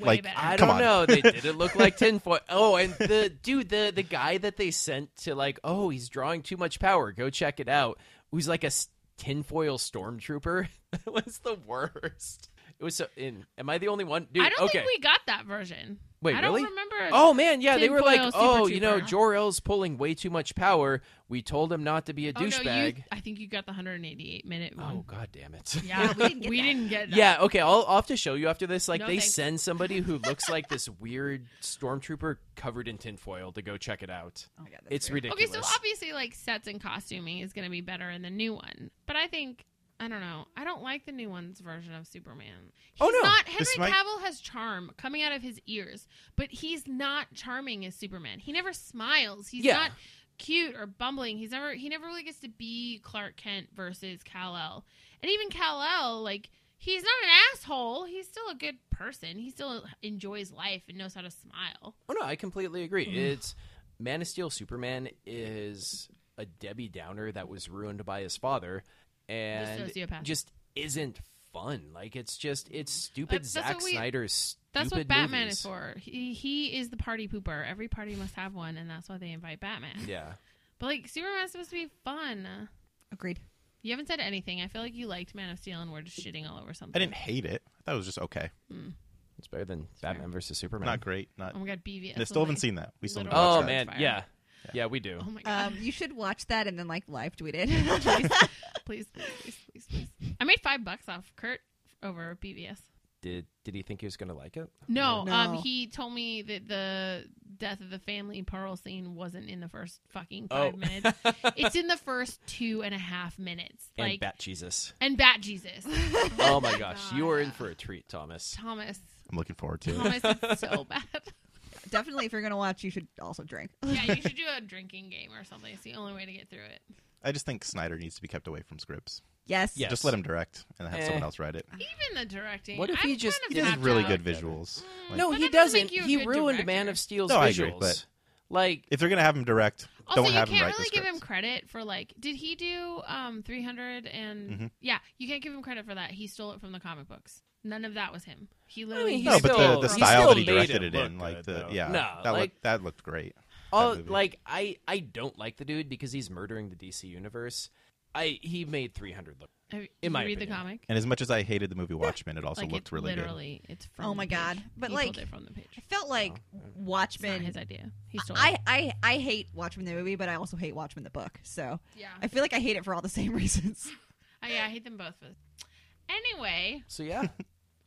S3: Way
S5: Like,
S3: better.
S2: I
S5: Come
S2: don't
S5: on.
S2: know. They didn't look like tinfoil. Oh, and the dude, the the guy that they sent to like, oh, he's drawing too much power. Go check it out. Who's like a s- tinfoil stormtrooper? that was the worst. It was so. In, am I the only one, dude?
S3: I don't
S2: okay.
S3: think we got that version.
S2: Wait,
S3: I don't
S2: really?
S3: remember.
S2: Oh man, yeah, they were like,
S3: Tinfoil Super
S2: oh, you know,
S3: Trooper.
S2: Jor El's pulling way too much power. We told him not to be a
S3: Oh, no, you,
S2: douchebag.
S3: I think you got the 188 minute
S2: Oh
S3: one.
S2: god damn it.
S3: Yeah,
S4: we didn't get
S3: we
S4: that.
S3: didn't get that.
S2: Yeah, okay, I'll, I'll have to show you after this. Like,
S3: No,
S2: they
S3: thanks.
S2: send somebody who looks like this weird stormtrooper covered in tinfoil to go check it out.
S4: Oh my God, that's
S2: It's
S4: weird.
S2: ridiculous.
S3: Okay, so obviously, like sets and costuming is going to be better in the new one, but I think I don't know. I don't like the new one's version of Superman. He's
S2: Oh, no.
S3: not
S5: This
S3: Henry
S5: might-
S3: Cavill has charm coming out of his ears, but he's not charming as Superman. He never smiles. He's
S2: Yeah.
S3: not cute or bumbling. He's never he never really gets to be Clark Kent versus Kal El, and even Kal El like. He's not an asshole. He's still a good person. He still enjoys life and knows how to smile.
S2: Oh no, I completely
S3: Mm.
S2: agree. It's Man of Steel Superman is a Debbie Downer that was ruined by his father and
S3: sociopath.
S2: just isn't fun. Like it's just it's stupid
S3: That's- that's
S2: Zack
S3: what we-
S2: Snyder's
S3: That's
S2: stupid
S3: what Batman
S2: movies.
S3: is for. He he is the party pooper. Every party must have one, and that's why they invite Batman.
S2: Yeah.
S3: But like Superman's supposed to be fun.
S4: Agreed.
S3: You haven't said anything. I feel like you liked Man of Steel and we're just shitting all over something.
S5: I didn't hate it. I thought it was just okay.
S2: It's better than Batman versus Superman.
S5: Not great. Not.
S3: Oh my god, BVS.
S5: I
S3: was
S5: still haven't
S3: my-
S5: seen that. We still. need to
S3: literal
S5: watch
S2: oh
S5: that.
S2: man,
S3: Fire.
S2: yeah, yeah, we do.
S3: Oh my god.
S4: Um, you should watch that and then like live tweet it.
S3: please, please, please, please, please. I made five bucks off Kurt over BVS.
S2: Did did he think he was going to like it?
S3: No,
S4: No.
S3: um, he told me that the death of the family Pearl scene wasn't in the first fucking
S2: Oh.
S3: five minutes. It's in the first two and a half minutes.
S2: and
S3: like
S2: Bat Jesus.
S3: and Bat Jesus,
S2: Oh my gosh, you
S3: God.
S2: are in for a treat, Thomas.
S3: Thomas.
S5: I'm looking forward to it.
S3: Thomas is so bad.
S4: Definitely, if you're gonna watch, you should also drink.
S3: yeah, you should do a drinking game or something. It's the only way to get through it.
S5: I just think Snyder needs to be kept away from scripts.
S4: Yes.
S2: Yeah.
S5: Just let him direct and have
S2: Eh.
S5: someone else write it.
S3: Even the directing.
S2: What if
S3: I'm
S2: he just-
S3: kind
S5: He
S3: of
S5: does
S3: tapped
S5: really
S3: out. Mm,
S5: good visuals. Like,
S2: no,
S3: But
S2: he
S3: that
S2: doesn't.
S3: doesn't make you a
S2: he
S3: good
S2: ruined
S3: director.
S2: Man of Steel's
S5: No, I
S2: visuals.
S5: agree, but-
S2: Like
S5: if they're gonna have him direct,
S3: Also,
S5: don't
S3: you
S5: have him
S3: can't
S5: write
S3: really
S5: the
S3: give
S5: scripts.
S3: him credit for like. Did he do um 300 and
S5: Mm-hmm.
S3: yeah? You can't give him credit for that. He stole it from the comic books. None of that was him. He literally
S2: mean, he
S5: no,
S3: used
S5: but
S2: still-
S5: the, the
S2: he
S5: style
S2: still
S5: that he
S2: made
S5: directed
S2: it
S5: it, in,
S2: look
S5: like
S2: good,
S5: the
S2: though.
S5: yeah,
S2: No,
S5: that
S2: like-
S5: looked that looked great.
S2: all
S5: movie.
S2: like I I don't like the dude because he's murdering the DC universe. I he made 300 look.
S3: Have you-
S2: in
S3: you
S2: my
S3: read the
S2: opinion.
S3: comic.
S5: And as much as I hated the movie Watchmen, it also
S3: like
S5: looked
S3: it
S5: really good.
S3: literally, it's from.
S4: Oh my
S3: the page.
S4: God. But,
S3: He
S4: like,
S3: pulled it from the
S4: I
S3: page.
S4: felt like
S2: Oh,
S3: It's not
S4: Watchmen.
S3: his idea. He stole.
S4: I,
S3: it.
S4: I I hate Watchmen the movie, but I also hate Watchmen the book. So
S3: Yeah.
S4: I feel like I hate it for all the same reasons.
S3: I, Oh, yeah. I hate them both. For this. Anyway,
S2: So yeah,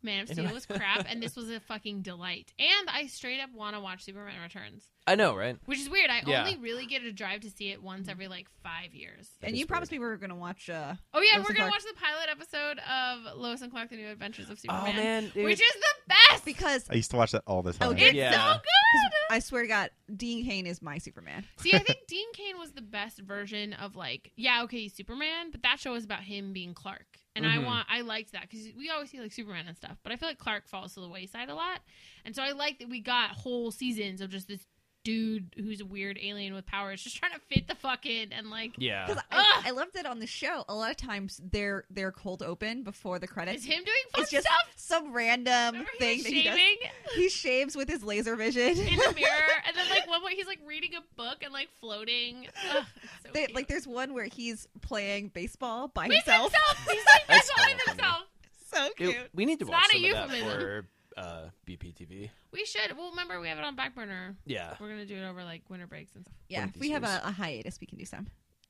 S3: Man of Steel was crap, and this was a fucking delight. And I straight up want to watch Superman Returns,
S2: I know, right?
S3: which is weird. I
S2: Yeah.
S3: only really get a drive to see it once every like five years.
S2: That
S4: and
S2: is
S4: you promised
S2: weird.
S4: me we were gonna watch. Uh,
S3: Oh yeah, and we're
S4: Lois and
S3: gonna
S4: Clark.
S3: watch the pilot episode of Lois and Clark: The New Adventures of
S2: Oh
S3: Superman,
S2: man, dude.
S3: which is the best.
S4: because
S5: I used to watch that all the time.
S4: Oh,
S3: it's
S2: Yeah.
S3: so good.
S4: I swear to God, Dean Kane is my Superman.
S3: See, I think Dean Kane was the best version of like, yeah, okay, he's Superman, but that show was about him being Clark, and
S4: Mm-hmm.
S2: Mhm.
S3: I want, I liked that because we always see like Superman and stuff, but I feel like Clark falls to the wayside a lot, and so I like that we got whole seasons of just this dude who's a weird alien with powers, just trying to fit the fuck in, and like,
S2: yeah.
S4: Because
S3: Ugh.
S4: I, I loved it on the show. A lot of times they're they're cold open before the
S3: it's
S4: credits.
S3: him doing fun
S4: It's just
S3: stuff.
S4: some random
S3: Remember
S4: thing
S3: he was
S4: that he does.
S3: shaving
S4: He shaves with his laser vision.
S3: in the mirror, and then like one point he's like reading a book and like floating. Ugh, it's so
S4: They,
S3: cute.
S4: like there's one where he's playing baseball by
S3: With
S4: himself.
S3: He's like
S2: That's
S3: that's all with
S2: awful.
S3: himself.
S4: so
S2: Dude,
S4: cute.
S2: we need to
S3: It's
S2: watch
S3: not a
S2: some of that
S3: euphemism.
S2: for uh, BPTV.
S3: We should. Well, remember we have it on back burner.
S2: Yeah.
S3: We're gonna do it over like winter breaks and stuff.
S4: yeah,
S2: of
S4: if
S2: these
S4: we have
S2: days.
S4: a, a hiatus, we can do some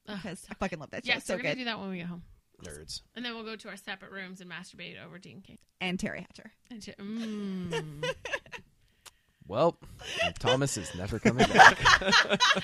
S3: Ugh.
S4: because I fucking love that show.
S3: Yes,
S4: so
S3: we're gonna
S4: good.
S3: do that when we get home,
S2: Nerds.
S3: and then we'll go to our separate rooms and masturbate over Dean King.
S4: and Terry Hatcher.
S3: And to, mm.
S2: Well, Thomas is never coming back.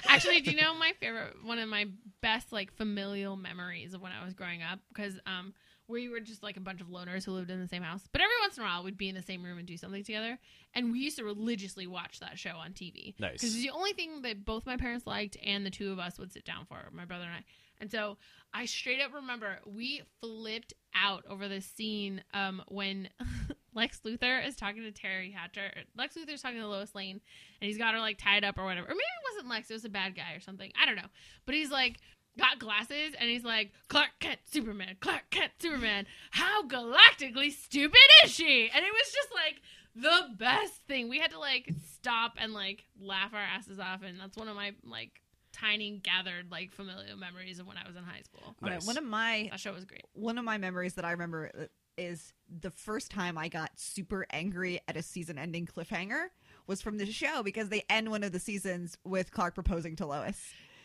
S3: Actually, do you know my favorite? One of my best like familial memories of when I was growing up because um we were just like a bunch of loners who lived in the same house. But every once in a while, we'd be in the same room and do something together. And we used to religiously watch that show on TV.
S2: Nice.
S3: because it's the only thing that both my parents liked and the two of us would sit down for my brother and I. And so I straight up remember we flipped out over this scene um, when Lex Luthor is talking to Terry Hatcher. Lex Luthor's talking to Lois Lane, and he's got her like tied up or whatever. Or maybe it wasn't Lex; it was a bad guy or something. I don't know. But he's like got glasses, and he's like Clark Kent, Superman, Clark Kent, Superman. How galactically stupid is she? And it was just like the best thing. We had to like stop and like laugh our asses off, and that's one of my like tiny gathered like familial memories of when I was in high school.
S4: All right,
S2: Nice.
S4: One of my
S3: That show was great.
S4: one of my memories that I remember uh, is the first time I got super angry at a season-ending cliffhanger was from the show because they end one of the seasons with Clark proposing to Lois.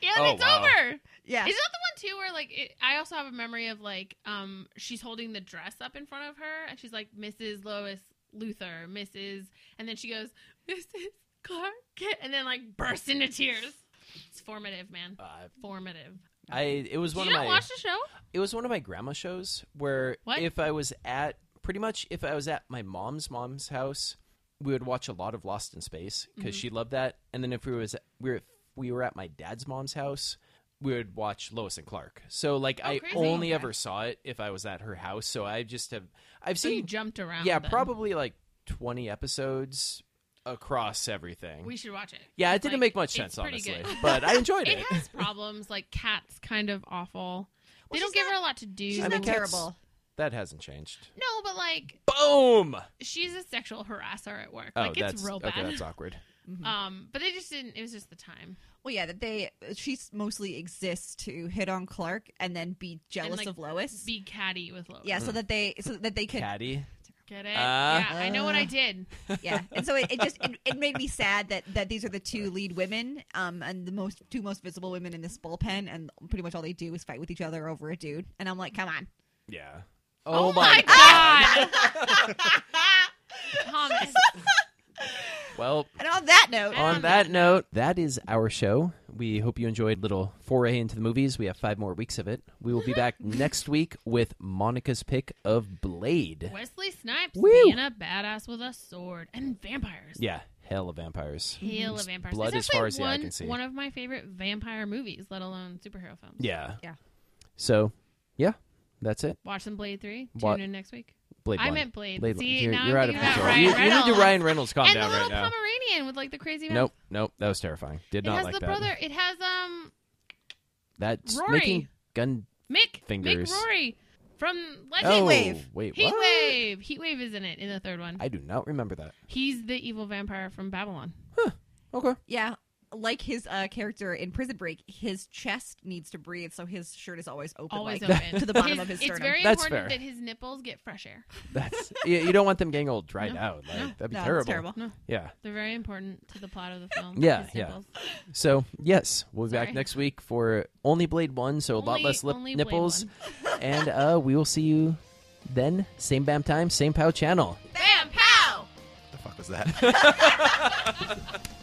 S3: Yeah,
S2: Oh,
S3: it's
S2: wow.
S3: over.
S4: Yeah,
S3: Is that the one too where like it, I also have a memory of like um she's holding the dress up in front of her and she's like Mrs. Lois Luther, Mrs. and then she goes Mrs. Clark Kent," and then like bursts into tears. It's formative, man.
S2: Uh,
S3: Formative.
S2: I it was
S3: Did
S2: one
S3: you
S2: of
S3: not
S2: my
S3: watch the show? Oh,
S2: it was one of my grandma shows where
S3: What?
S2: if I was at pretty much if I was at my mom's mom's house, we would watch a lot of Lost in Space
S3: Mm-hmm.
S2: because she loved that. And then if we was we were if we were at my dad's mom's house, we would watch Lois and Clark. So like I
S3: Oh, crazy.
S2: only
S3: Okay.
S2: ever saw it if I was at her house. So I just have I've
S3: So you
S2: seen
S3: jumped around.
S2: yeah
S3: then.
S2: probably like twenty episodes across everything.
S3: We should watch it.
S2: yeah, it
S3: It's,
S2: didn't
S3: like,
S2: make much sense
S3: it's pretty
S2: honestly,
S3: good.
S2: but I enjoyed it.
S3: It has problems like Cat's kind of awful. They
S4: Well,
S3: don't
S4: she's
S3: give her a
S4: not-
S3: lot to do.
S4: she's
S2: I mean,
S4: not
S2: that's-
S4: terrible.
S2: that hasn't changed.
S3: no, but like
S2: Boom.
S3: she's a sexual harasser at work.
S2: Oh,
S3: like it's
S2: that's
S3: real bad.
S2: okay. That's awkward.
S3: Um, but they just didn't. It was just the time.
S4: Well, yeah, that they she mostly exists to hit on Clark and then be jealous
S3: like,
S4: of Lois.
S3: Be catty with Lois.
S4: yeah,
S2: Mm.
S4: so that they so that they could
S2: Caddy.
S3: Get it?
S2: Uh.
S3: yeah, I know what I did.
S4: yeah and so it, it just it, it made me sad that that these are the two lead women um and the most two most visible women in this bullpen and pretty much all they do is fight with each other over a dude and i'm like come on
S2: Yeah.
S3: Oh, my god, Thomas.
S2: Well,
S4: and on that note
S3: I
S2: on that note, that is our show. We hope you enjoyed little foray into the movies. We have five more weeks of it. We will be back next week with Monica's pick of Blade.
S3: Wesley Snipes
S2: Woo.
S3: being a badass with a sword and vampires.
S2: Yeah, hell of vampires.
S3: Hail of vampires.
S2: blood as
S3: it's
S2: far
S3: actually
S2: as the eye
S3: one,
S2: can see.
S3: one of my favorite vampire movies, let alone superhero films.
S2: Yeah.
S4: Yeah.
S2: So, yeah, that's it.
S3: Watch some Blade 3. Tune
S2: What?
S3: in next week.
S2: Blade.
S3: I
S2: one.
S3: meant Blade.
S2: Blade. one.
S3: See,
S2: you're
S3: now
S2: you're out
S3: I'm
S2: of
S3: thinking
S2: control.
S3: about Ryan
S2: you, you
S3: Reynolds.
S2: need to Ryan Reynolds calm
S3: and
S2: down
S3: the little
S2: right now.
S3: Pomeranian with like the crazy mouth.
S2: Nope, nope, that was terrifying. Did
S3: It
S2: not
S3: has
S2: like
S3: the
S2: that.
S3: brother. It has um
S2: That's
S3: Rory.
S2: making gun.
S3: Mick.
S2: Fingers.
S3: Mick Rory from Legend.
S2: oh,
S4: Wave.
S2: wait,
S3: Heat
S2: what?
S3: Wave. Heat Wave is in it in the third one.
S2: I do not remember that.
S3: He's the evil vampire from Babylon.
S2: Okay.
S4: yeah like his uh, character in Prison Break, his chest needs to breathe, so his shirt is always open,
S3: Always
S4: like,
S3: open
S4: to the bottom
S3: His-
S4: of his
S3: It's
S4: sternum.
S3: very
S2: That's
S3: important
S2: fair.
S3: that his nipples get fresh air.
S2: That's you, you don't want them getting all dried
S3: No,
S2: out. Like,
S3: no.
S2: That'd be
S4: No, it's
S2: terrible.
S4: terrible.
S3: No,
S2: Yeah.
S3: they're very important to the plot of the film.
S2: Yeah,
S3: his
S2: yeah.
S3: nipples.
S2: So yes, we'll be back
S3: Sorry.
S2: next week for only Blade One, so a lot
S3: Only-
S2: less lip
S3: only Blade
S2: nipples,
S3: one.
S2: and uh, we will see you then. Same bam time, same pow channel.
S3: Bam pow.
S5: the fuck was that?